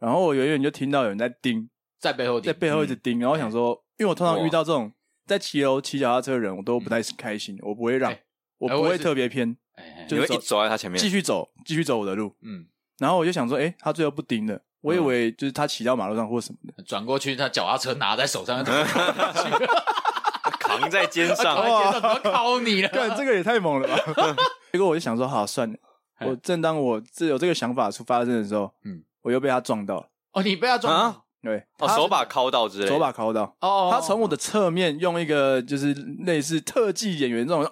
S2: 然后我远远就听到有人在盯，
S1: 在背后顶嗯
S2: 在背后一直盯，然后我想说，因为我通常遇到这种在骑楼骑脚踏车的人，我都不太开心，我不会让
S1: 哎，
S2: 我
S1: 哎
S2: 不
S1: 我也
S2: 会
S1: 是
S2: 特别偏，？”
S1: 哎
S2: 就是
S3: 你会
S2: 走
S3: 一直走在他前面
S2: 继，续走，继续走我的路。
S1: 嗯，
S2: 然后我就想说，哎，他最后不盯了，我以
S1: 嗯
S2: 为就是他骑到马路上或什 么的。
S1: 转过去，他脚踏车拿在手 上，
S3: 扛在肩
S1: 他
S2: 哦
S3: 上。
S1: 接到敲你了。
S2: 干，这个也太猛 了吧！结果我就想说，好算了。我正当我这有这个想法出发生的时候，
S1: 嗯
S2: 嗯，我又被他撞到了，
S1: 哦，你被他撞
S3: 啊
S2: 对，
S3: 哦，
S2: 他
S3: 手把敲到之类的，
S2: 手把敲到，
S1: 哦，
S2: 他从我的侧面用一个就是类似特技演员 这种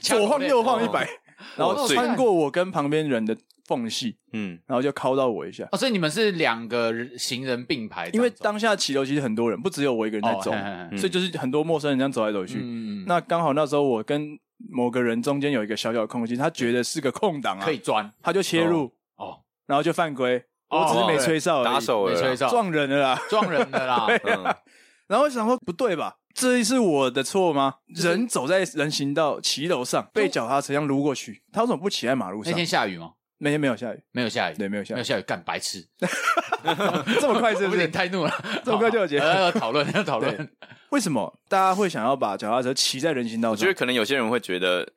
S1: 掐
S2: 左晃右晃
S1: 你
S2: 一
S1: 的
S2: 百，然后
S3: 碎
S2: 穿过我跟旁边人的缝隙，
S3: 嗯，
S2: 然后就敲到我一下。
S1: 哦，所以你们是两个人行人并排这样走，
S2: 因为当下骑楼其实很多人，不只有我一个人在
S1: 哦
S2: 走
S1: 嘿嘿，
S3: 嘿
S2: 所以就是很多陌生人这样走来走去。
S1: 嗯，
S2: 那刚好那时候我跟某个人中间有一个小小的空隙，他觉得是个空档啊
S1: 可，以钻
S2: 他就切入，
S1: 哦，
S2: 然后就犯规。
S1: 哦
S2: 我只是没吹哨而已，
S3: 打手
S1: 没
S3: 了
S1: 吹
S3: 啦。
S1: 哨，
S2: 啊撞人了啦。
S1: 撞人的 啦，
S3: 嗯，
S2: 然后我想说不对吧，这是我的错吗？人走在人行道骑楼上，被脚踏车这样撸过去，他为什么不骑在马路
S1: 那
S2: 上？
S1: 天下雨吗？
S2: 那天没有下雨，
S1: 没有下雨，
S2: 对，没有下
S1: 没有
S2: 雨，
S1: 下雨，干白痴，
S2: 这么快
S1: 我
S2: 是不
S1: 有点
S2: 是？
S1: 太怒了，哦
S2: 这么快就有结论
S1: 要讨论，要讨论，
S2: 为什么大家会想要把脚踏车骑在人行道
S3: 我觉得
S2: 上？
S3: 可能有些人会觉得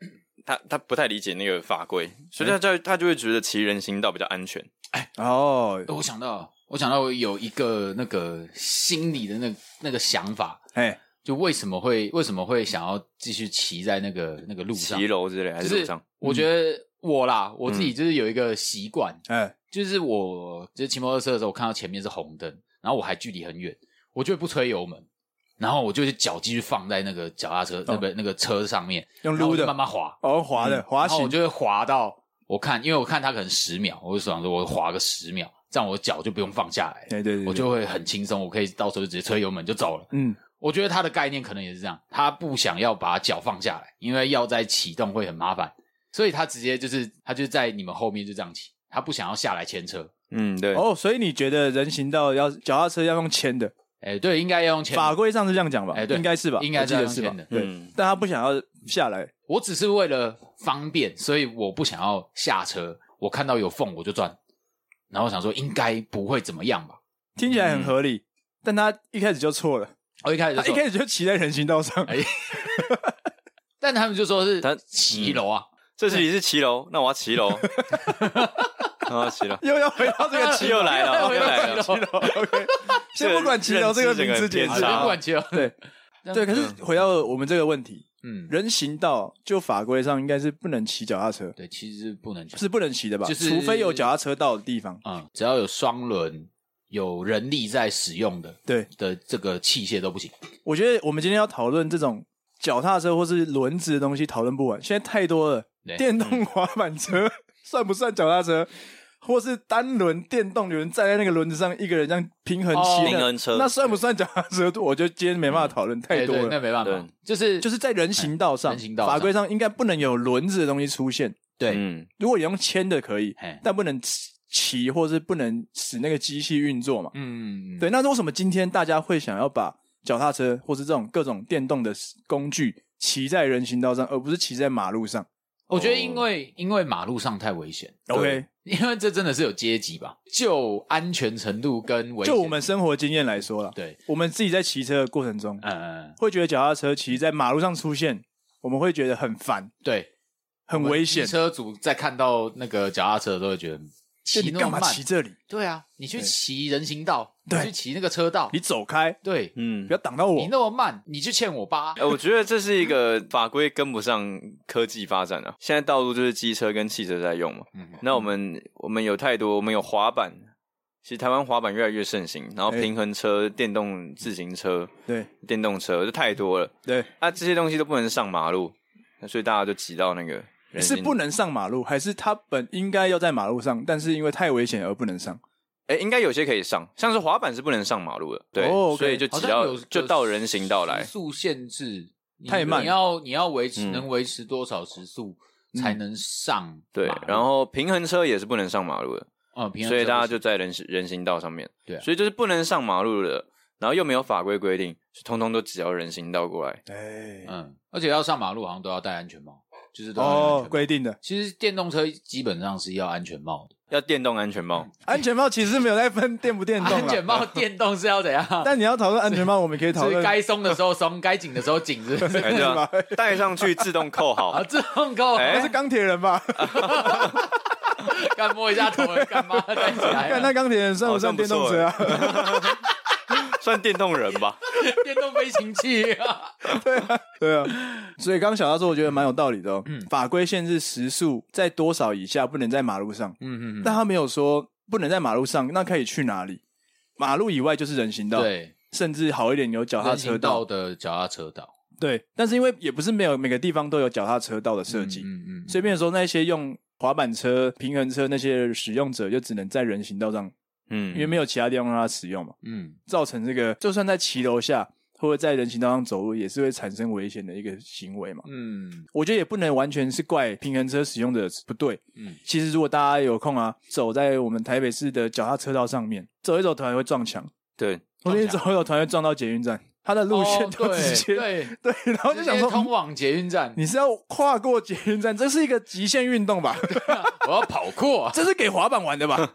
S3: 他他不太理解那个法规，所以他
S1: 哎
S3: 就他就会觉得骑人行道比较安全。
S2: 哦，
S1: 哎我想到，我想到我有一个那个心理的那那个想法，
S2: 哎，
S1: 就为什么会为什么会想要继续骑在那个那个路上
S3: 骑，楼之类还
S1: 就是
S3: 路
S1: 是
S3: 上，
S1: 我
S2: 嗯
S1: 觉得我啦，我自己就是有一个习惯，
S2: 哎，
S1: 就是我就是骑摩托车的时候，我看到前面是红灯，然后我还距离很远，我就不吹油门，然后我就是脚继续放在那个脚踏车、那个那个车上面，
S2: 哦用
S1: 然后
S2: 撸
S1: 我就
S2: 的
S1: 慢，慢滑，嗯
S2: 哦，滑的，滑
S1: 然后我
S2: 行，
S1: 就会滑到我看，因为我看它可能十秒，我就想说我滑个十秒，这样我脚就不用放下来，
S2: 哎，对对，对
S1: 我就会很轻松，我可以到时候就直接吹油门就走了。
S2: 嗯，
S1: 我觉得他的概念可能也是这样，他不想要把脚放下来，因为要再启动会很麻烦，所以他直接就是他就在你们后面就这样骑，他不想要下来牵车。
S3: 嗯，对，
S2: 哦，所以你觉得人行道要脚踏车要用牵的？
S1: 哎、对，应该要用牵
S2: 法规上是这样讲吧？
S1: 哎对
S2: 应该是吧？
S1: 应该
S2: 我
S1: 是
S2: 记
S1: 要
S2: 得
S1: 用
S2: 是吧
S1: 牵的？
S2: 对，
S3: 嗯，
S2: 但他不想要下来，
S1: 我只是为了方便，所以我不想要下车。我看到有缝我就转，然后我想说应该不会怎么样吧。
S2: 听起
S1: 嗯
S2: 来很合理，但他一开始就错了，
S1: 我一开始就
S2: 啊他一
S1: 说，
S2: 开始就骑在人行道上，
S1: 哎但他们就说是
S3: 他
S1: 骑楼啊，
S3: 这是你是 骑楼，那我要骑楼，那我要骑楼，
S2: 又要回到这个骑
S3: 又来 了，
S1: 回
S3: 又
S1: 到
S3: 来
S1: 骑
S3: 了
S1: 楼，
S2: 楼。OK，先不管骑楼这个名词解
S3: 认知
S1: 我
S2: 释
S3: 这个，嗯
S1: 就不管骑楼。
S2: 对，
S1: 这样
S2: 对，可是回到我们这个问题，
S1: 嗯，
S2: 人行道就法规上应该是不能骑脚踏车，
S1: 对，其实不能讲，
S2: 是不能骑的吧？
S1: 就是
S2: 除非有脚踏车道的地方。
S1: 嗯，只要有双轮、有人力在使用的
S2: 对，
S1: 的这个器械都不行。
S2: 我觉得我们今天要讨论这种脚踏车或是轮子的东西，讨论不完，现在太多了。
S1: 对嗯
S2: 电动滑板车算不算脚踏车？或是单轮电动，有人站在那个轮子上，一个人这样平衡骑
S1: 哦嗯
S2: 的，
S3: 平衡车
S2: 那算不算脚踏车？我觉得今天没办法讨论太
S1: 哎对
S2: 多
S1: 对，
S2: 了。
S1: 那没办法
S3: 对，
S1: 就是
S2: 就是在人行道上，
S1: 人行道上
S2: 法规上应该不能有轮子的东西出现。
S1: 对，
S3: 嗯，
S2: 如果你用牵的可以
S1: 嘿，
S2: 但不能骑骑或是不能使那个机器运作嘛。
S1: 嗯，
S2: 对，那为什么今天大家会想要把脚踏车或是这种各种电动的工具骑在人行道上，而不是骑在马路上
S1: 我觉得因为因为马路上太危险，
S2: ？OK，
S1: 因为这真的是有阶级吧，就安全程度跟危险，
S2: 就我们生活经验来说了，
S1: 对，
S2: 我们自己在骑车的过程中，
S1: 嗯，
S2: 会觉得脚踏车骑在马路上出现，我们会觉得很烦、
S1: 对，
S2: 很危
S1: 我
S2: 险
S1: 们骑。车主在看到那个脚踏车都会觉得
S2: 就
S1: 骑
S2: 你
S1: 那
S2: 干
S1: 么
S2: 嘛
S1: 慢
S2: 骑，这里？
S1: 对啊，你去
S2: 对
S1: 骑人行道，
S2: 对
S1: 你去骑那个车道
S2: 你，走开，
S1: 对，
S3: 嗯
S2: 不要挡到我
S1: 你。那么慢，你就欠我八
S3: 哎，。我觉得这是一个法规跟不上科技发展啊。现在道路就是机车跟汽车在用嘛。
S1: 嗯
S3: 那我们我们有太多，我们有滑板，其实台湾滑板越来越盛行，然后
S2: 哎
S3: 平衡车、电动自行车、
S2: 对
S3: 电动车就太多了。
S2: 对，
S3: 那、这些东西都不能上马路，那所以大家就挤到那个人
S2: 是
S3: 行
S2: 不能上马路，还是他本应该要在马路上，但是因为太危险而不能上？
S3: 哎、应该有些可以上，像是滑板是不能上马路的，对，
S2: 哦，OK
S3: 所以就
S1: 好
S3: 挤
S1: 像
S3: 到
S1: 有
S3: 就到人行道
S1: 有
S3: 来
S1: 时。速限制你
S2: 太慢
S1: 你要你要维持、
S3: 嗯
S1: 能维持多少时速才能上马？
S3: 对，然后平衡车也是不能上马路的，
S1: 嗯，平衡
S3: 所以
S1: 车
S3: 大家
S1: 不行
S3: 就在人行人行道上面。
S1: 对啊
S3: 所以就是不能上马路的，然后又没有法规规定，就通通都挤到人行道过来。
S2: 哎，
S1: 嗯，而且要上马路好像都要戴安全帽，就是都要戴安
S2: 哦，
S1: 全帽。
S2: 规定的
S1: 其实电动车基本上是要安全帽的，
S3: 要电动安 全帽，
S2: 安全帽其实没有在分电不电动
S1: 安全
S2: 啦。
S1: 帽电动是要怎样？
S2: 但你要讨论安全帽，我们可以讨
S1: 是
S2: 论
S1: 该松的时候松，该紧的时候紧，是 不是？
S3: 哎对啊，戴上去自动扣好
S1: 啊，。自动扣，
S2: 那
S3: 哎
S2: 是钢铁人吧？
S1: 干摸一下头，干 嘛站起来
S2: 看那
S1: 了？
S2: 钢铁人算不算电动车啊？
S3: 算电动人吧，
S1: 电动飞行器啊！
S2: 对啊，所以刚刚小大说，我觉得蛮有道理的哦。
S1: 嗯
S2: 法规限制时速在多少以下不能在马路上，
S1: 嗯嗯嗯，
S2: 但他没有说不能在马路上，那可以去哪里？马路以外就是人行道，
S1: 对，
S2: 甚至好一点有脚踏
S1: 人
S2: 车
S1: 行
S2: 道
S1: 道。的脚踏车道
S2: 对，但是因为也不是没有每个地方都有脚踏车道的设计，
S1: 嗯嗯嗯，
S2: 所以变成说那些用滑板车、平衡车那些使用者就只能在人行道上，
S3: 嗯，
S2: 因为没有其他地方让他使用嘛，
S1: 嗯
S2: 造成这个就算在骑楼下或者在人行道上走路，也是会产生危险的一个行为嘛。
S1: 嗯
S2: 我觉得也不能完全是怪平衡车使用者不对。
S1: 嗯
S2: 其实如果大家有空啊，走在我们台北市的脚踏车道上面，走一走突然会撞墙，
S3: 对，
S2: 我
S1: 撞墙
S2: 觉得走一走突然会撞到捷运站，它的路线
S1: 哦
S2: 都直接、
S1: 对，对
S2: 对然后就想
S1: 直接通
S2: 说。嗯
S1: 往捷运站，
S2: 你是要跨过捷运站，这是一个极限运动吧？
S1: 我要跑 过
S2: 这是给滑板玩 的吧？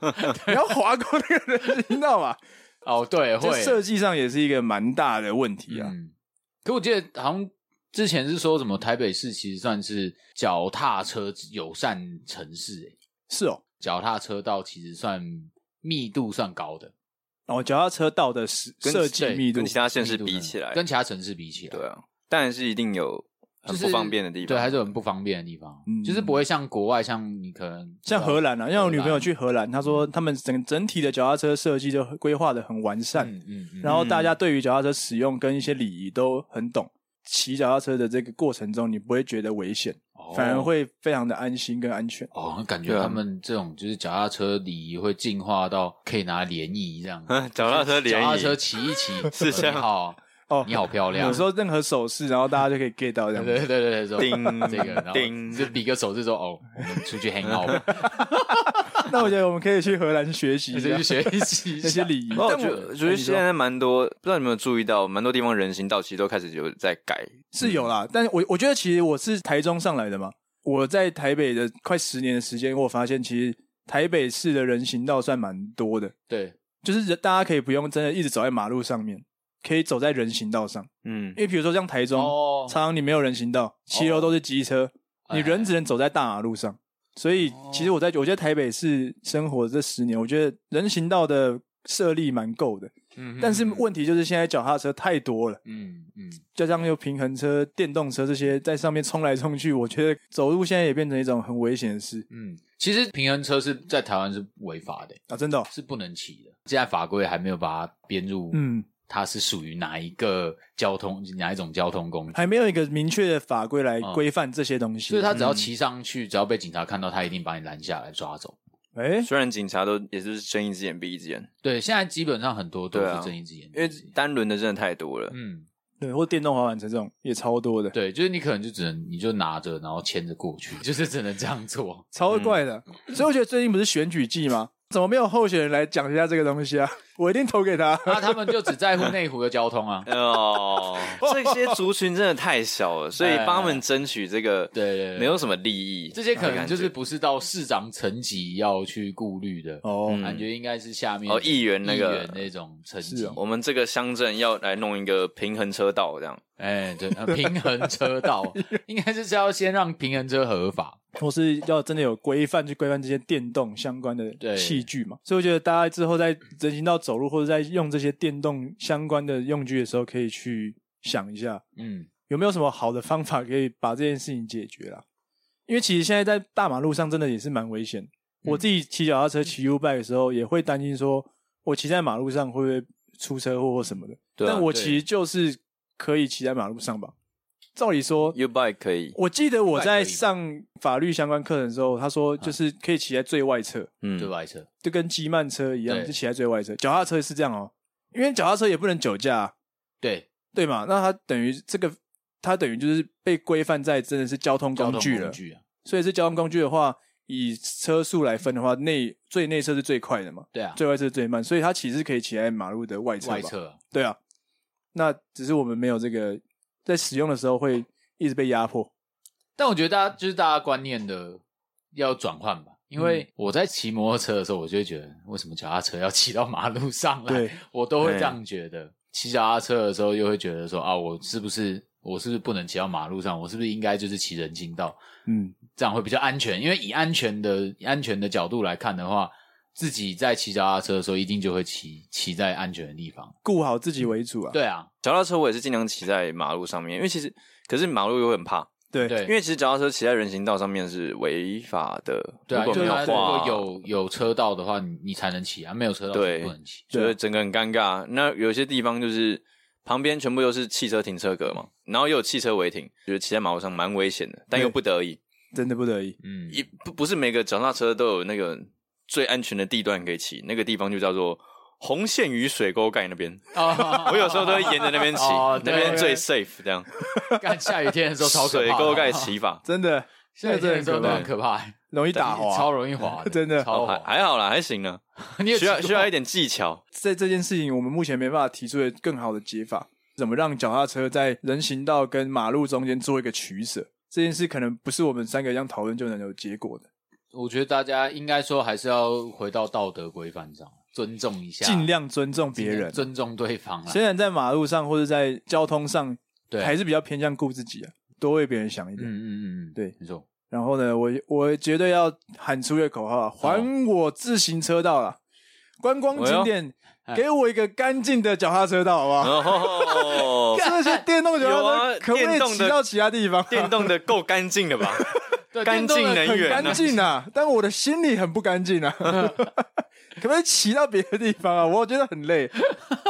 S2: 你要滑过那个人行道吧？
S1: 哦，对，
S2: 这
S1: 会
S2: 设计上也是一个蛮大的问题啊。
S1: 嗯，可我记得好像之前是说什么台北市其实算是脚踏车友善城市、欸，
S2: 是哦，
S1: 脚踏车道其实算密度算高的，
S2: 哦，脚踏车道的设
S3: 跟
S2: 设计
S1: 对
S2: 密度
S3: 跟其他县市
S1: 密度
S3: 比
S1: 呢
S3: 起来，
S1: 跟其他城市比起来，
S3: 对啊，当然是一定有很
S1: 就是
S3: 不方便的地方，
S1: 对，还是有很不方便的地方，
S2: 嗯
S1: 就是不会像国外，像你可能嗯
S2: 像荷兰啊，因为我女朋友
S1: 去，
S2: 去荷兰，她说
S1: 嗯
S2: 他们整整体的脚踏车设计就规划的很完善，
S1: 嗯嗯嗯，
S2: 然后大家对于脚踏车使用跟一些礼仪都很懂。骑脚踏车的这个过程中，你不会觉得危险，
S1: 哦
S2: 反而会非常的安心跟安全。
S1: 哦，感觉
S3: 对啊
S1: 他们这种就是脚踏车礼仪会进化到可以拿联谊这样，
S3: 嗯 脚踏车联
S1: 脚踏
S3: 谊，
S1: 车骑一骑，
S3: 是这样
S1: 你好，
S2: 哦
S1: 你好漂亮，
S2: 有时候任何手势，然后大家就可以 get 到这样
S1: 对
S2: 子。
S1: 对对对，说
S3: 叮
S1: 这个，然后
S3: 叮
S1: 就比个手势说哦，我们出去 hang out，吧
S2: 那我觉得我们可以去荷兰学习
S1: 就是
S2: 一下
S1: 去学习一
S2: 那些
S1: 下。
S2: 礼仪。
S3: 哦，我
S2: 但
S3: 觉
S2: 我
S1: 哎
S3: 得觉得现在蛮多，不知道你有没有注意到，蛮多地方人行道其实都开始有在改。
S2: 是有
S1: 嗯
S2: 啦，但我我觉得其实我是台中上来的嘛，我在台北的快十年的时间，我发现其实台北市的人行道算蛮多的，
S1: 对，
S2: 就是人大家可以不用真的一直走在马路上面，可以走在人行道上，
S3: 嗯
S2: 因，为比如说像台中，
S1: 哦
S2: 常常你没有人行道，骑楼都是机车，
S1: 哎哦
S2: 你人只能走在大马路上，所以其实我在我觉得台北市生活这十年，我觉得人行道的设立蛮够的。
S1: 嗯
S2: 但是问题就是现在脚踏车太多了，
S1: 嗯嗯，
S2: 加上又平衡车、电动车这些在上面冲来冲去，我觉得走路现在也变成一种很危险的事
S1: 嗯，其实平衡车是在台湾是违法的，
S2: 啊！真的哦、
S1: 是不能骑的。现在法规还没有把它编入，
S2: 嗯，
S1: 它是属于哪一个交通哪一种交通工具，
S2: 还没有一个明确的法规来
S1: 嗯
S2: 规范这些东西。
S1: 所以他只
S3: 嗯
S1: 要骑上去，只要被警察看到，他一定把你拦下来抓走。
S2: 嗯，哎、
S3: 虽然警察都也就是睁一只眼闭一只眼，
S1: 对，现在基本上很多都
S3: 对啊
S1: 是睁一只眼，
S3: 因为单轮的真的太多了。
S1: 嗯，
S2: 对，或电动滑板车这种也超多的，
S1: 对，就是你可能就只能你就拿着，然后牵着过去，就是只能这样做。
S2: 超怪的。
S1: 嗯
S2: 所以我觉得最近不是选举季吗？怎么没有候选人来讲一下这个东西啊？我一定投给他。
S1: 那他们就只在乎内湖的交通啊。
S3: 哦，这些族群真的太小了，所以帮他们争取这个，
S1: 哎对对对
S3: 没有什么利益。
S1: 这些可能就是不是到市长层级要去顾虑的，
S2: 哦，
S3: 嗯
S1: 感觉应该是下面
S3: 哦议员那个啊
S1: 议员那种层级
S2: 是哦。
S3: 我们这个乡镇要来弄一个平衡车道，这样
S1: 哎，对，呃平衡车 道
S3: 啊
S1: 应该就是要先让平衡车合法。
S2: 或是要真的有规范去规范这些电动相关
S1: 对
S2: 的器具嘛。所以我觉得大家之后在人行道走路或者在用这些电动相关的用具的时候，可以去想一下
S1: 嗯，
S2: 有没有什么好的方法可以把这件事情解决啦。因为其实现在在大马路上真的也是蛮危险。我自己骑脚踏车、骑 U bike 的时候，也会担心说，我骑在马路上会不会出车祸或什么的。
S3: 对啊
S2: 但我
S1: 对
S2: 其实就是可以骑在马路上吧。照理说，
S3: U bike 可以，
S2: 我记得我
S1: 外可
S2: 在
S1: 以吧嗯
S2: 上法律相关课程的时候，他说就是可以骑在最外侧，
S3: 嗯，
S1: 对？外车，
S2: 就跟机慢车一样，
S1: 对
S2: 就骑在最外侧。脚踏车是这样哦，因为脚踏车也不能酒驾啊、
S1: 对，
S2: 对嘛？那它等于这个，它等于就是被规范在真的是交通
S1: 交
S2: 工
S1: 通
S2: 具
S1: 工
S2: 了。
S1: 具啊，
S2: 所以是交通工具的话，以车速来分的话，内最内侧是最快的嘛，
S1: 对啊，
S2: 最外侧是最慢，所以它其实是可以骑在马路的外侧吧。
S1: 外侧啊
S2: 对啊，那只是我们没有这个在使用的时候会一直被压迫。
S1: 但我觉得大家就是大家观念的要转换吧，因
S3: 嗯
S1: 为我在骑摩托车的时候，我就会觉得为什么脚踏车要骑到马路上来
S2: 对，
S1: 我都会这样觉得。骑脚踏车的时候，又会觉得说啊，我是不是我是不是不能骑到马路上？我是不是应该就是骑人行道，
S2: 嗯，
S1: 这样会比较安全？因为以安全的以安全的角度来看的话，自己在骑脚踏车的时候，一定就会骑骑在安全的地方。
S2: 顾好自己为主啊。
S1: 对啊，
S3: 脚踏车我也是尽量骑在马路上面，因为其实可是马路又很怕，
S2: 对
S1: 对，
S3: 因为其实脚踏车骑在人行道上面是违法的，
S1: 对啊，
S3: 如果没
S1: 就
S3: 有
S1: 是如
S3: 画
S1: 果，有有车道的话，你你才能骑啊，没有车道
S3: 对
S1: 是不能骑。
S3: 所以整个很尴尬。那有些地方就是旁边全部都是汽车停车格嘛，然后又有汽车违停，觉得骑在马路上蛮危险的，但又
S2: 对
S3: 不得已，
S2: 真的不得已。
S1: 嗯，
S3: 一不不是每个脚踏车都有那个最安全的地段可以骑，那个地方就叫做红线与水沟盖那 边。
S1: 哦
S3: 我有时候都会沿着那边骑，
S1: 哦
S3: 那
S1: 对
S3: 边最 safe 这样。
S1: 干下雨天的时候超可怕
S3: 水
S1: 的，
S3: 沟盖骑法，
S2: 真的，现
S1: 下
S2: 在
S1: 雨天的
S2: 真
S1: 时
S2: 的
S1: 候
S2: 很
S1: 都
S2: 可
S1: 很
S2: 怕，
S1: 可怕欸，
S2: 容易打滑。
S1: 超容易滑
S2: 真的
S1: 超
S3: 哦 还
S1: 滑。
S3: 还好啦，还行啦，
S1: 哦 你有
S3: 需要
S1: 骑过
S3: 需要一点技 巧。
S2: 在这件事情，我们目前没办法提出的更好的解法，怎么让脚踏车在人行道跟马路中间做一个取舍？这件事可能不是我们三个这样讨论就能有结果的，
S1: 我觉得大家应该说还是要回到道德规范上，尊重一下，
S2: 尽量尊重别人。
S1: 尊重对方啦
S2: 虽。然在马路上或者在交通上，
S1: 对，
S2: 还
S1: 是
S2: 是比较偏向顾自己啊，多为别人想一
S1: 嗯
S2: 点。
S1: 嗯嗯嗯，
S2: 对
S1: 没错，
S2: 然后呢，我我绝对要喊出一个口号啊：还我自行车道啦！观光景点，
S1: 哎呦
S2: 给我一个干净的脚踏车道，好不好？
S3: 哦，
S2: 这些电动脚
S3: 有
S2: 踏
S3: 啊
S2: 车可不可
S3: 电
S2: 以
S3: 动的
S2: 骑到其他地方？
S3: 电动的够干净 了吧？
S1: 对
S3: 干净能
S2: 很
S3: 源
S2: 干
S3: 呢？
S2: 净啊，但我的心里很不干净啊。 可不可以骑到别的地方啊？我觉得很 累。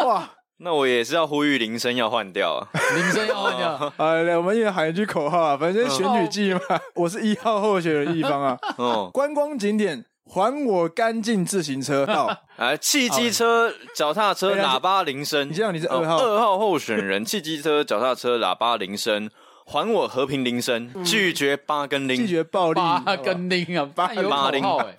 S2: 哇，
S3: 那我也是要呼吁铃声要换掉啊。
S1: 铃声要啊换掉。
S2: 好来，我们也喊一句口号啊，反正选举季嘛，
S3: 嗯
S2: 我是一号候选人一方啊。
S3: 哦，
S2: 观光景点还我干净自行 车道，
S3: 啊，汽机车、脚踏车、
S2: 哎呀
S3: 喇叭铃声。
S2: 你知道你是二号
S3: 哦二号候选人，汽机车、脚踏车、喇叭铃声，还我和平铃声，拒绝八根
S2: 嗯拒
S3: 铃。
S2: 绝暴力，
S1: 八根钉啊，八有
S3: 八
S1: 口
S3: 零
S1: 号哎！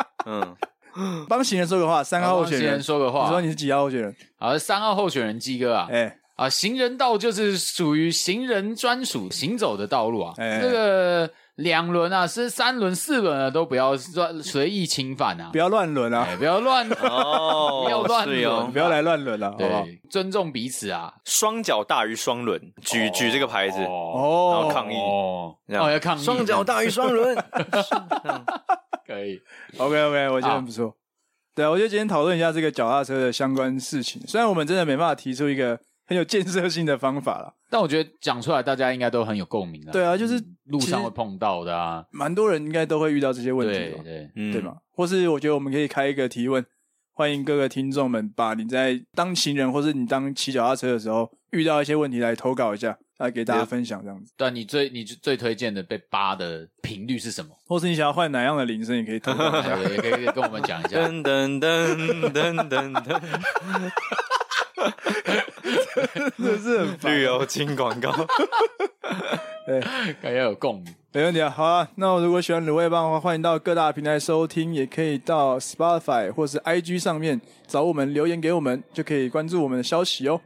S3: 嗯，
S2: 帮行人说个话，三号候选
S1: 好帮行
S2: 人
S1: 说个
S2: 你说
S1: 话
S2: 你，是几号候选人？
S1: 好，三号候选人鸡哥 啊，
S2: 哎，
S1: 啊，行人道就是属于行人专属行走的道路啊，
S2: 哎
S1: 这个两轮啊，是三轮、四轮啊，都不要乱随意侵犯啊
S2: 不，要乱伦啊
S1: 哎，，不要乱，
S3: 哦，
S1: 不要乱
S3: 是
S1: 伦
S3: 哦
S2: 不，要来乱伦了，好不好？
S1: 对，尊重彼此啊，
S3: 双脚大于双轮，举举这个牌子，
S1: 哦
S3: 然后
S2: 哦
S3: 抗议，
S1: 哦，
S3: 这样
S1: 要抗议，
S3: 双脚大于双轮。
S1: 可以，
S2: ，OK OK，我觉得很不错。对啊，我觉得今天讨论一下这个脚踏车的相关事情，虽然我们真的没办法提出一个很有建设性的方法啦，
S1: 但我觉得讲出来大家应该都很有共鸣啊。
S2: 对啊就是
S1: 嗯路
S2: 其实
S1: 上会碰到的啊。
S2: 蛮多人应该都会遇到这些问
S1: 对
S2: 题吧，
S1: 对，
S3: 嗯
S2: 对吗？或是我觉得我们可以开一个提问，欢迎各个听众们把你在当行人或是你当骑脚踏车的时候遇到一些问题来投稿一下，来给大家分享这样子，
S1: 但你最你最推荐的被扒的频率是什 么？
S2: 或是你想要换哪样的铃声，也可以投稿一下。
S1: 对也可以跟我们讲一下。
S3: 噔噔噔噔噔噔，
S2: 真的是很
S3: 绿油精广告，
S1: 感觉有共鸣。
S2: 没问题啊，好啊。那如果喜欢卤味帮的话，欢迎到各大平台收听，也可以到 Spotify 或是 IG 上面找我们留言给我们，就可以关注我们的消息哦。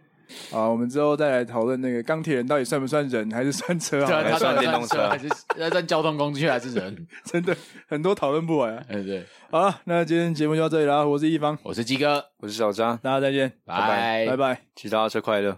S2: 啊，我们之后再来讨论那个钢铁人到底算不算人还是算车
S1: 对
S2: 啊？
S1: 啊，他
S3: 算
S1: 到底
S3: 电动车
S1: 车还是那算交通工具还是人？
S2: 真的很多讨论不完、啊。
S1: 对对，
S2: 好了，那今天节目就到这里啦，我是一方，
S1: 我是鸡哥，
S3: 我是小张，
S2: 大家再见，
S1: 拜
S2: 拜拜。
S1: 拜
S2: 拜。
S3: 骑脚踏车快乐。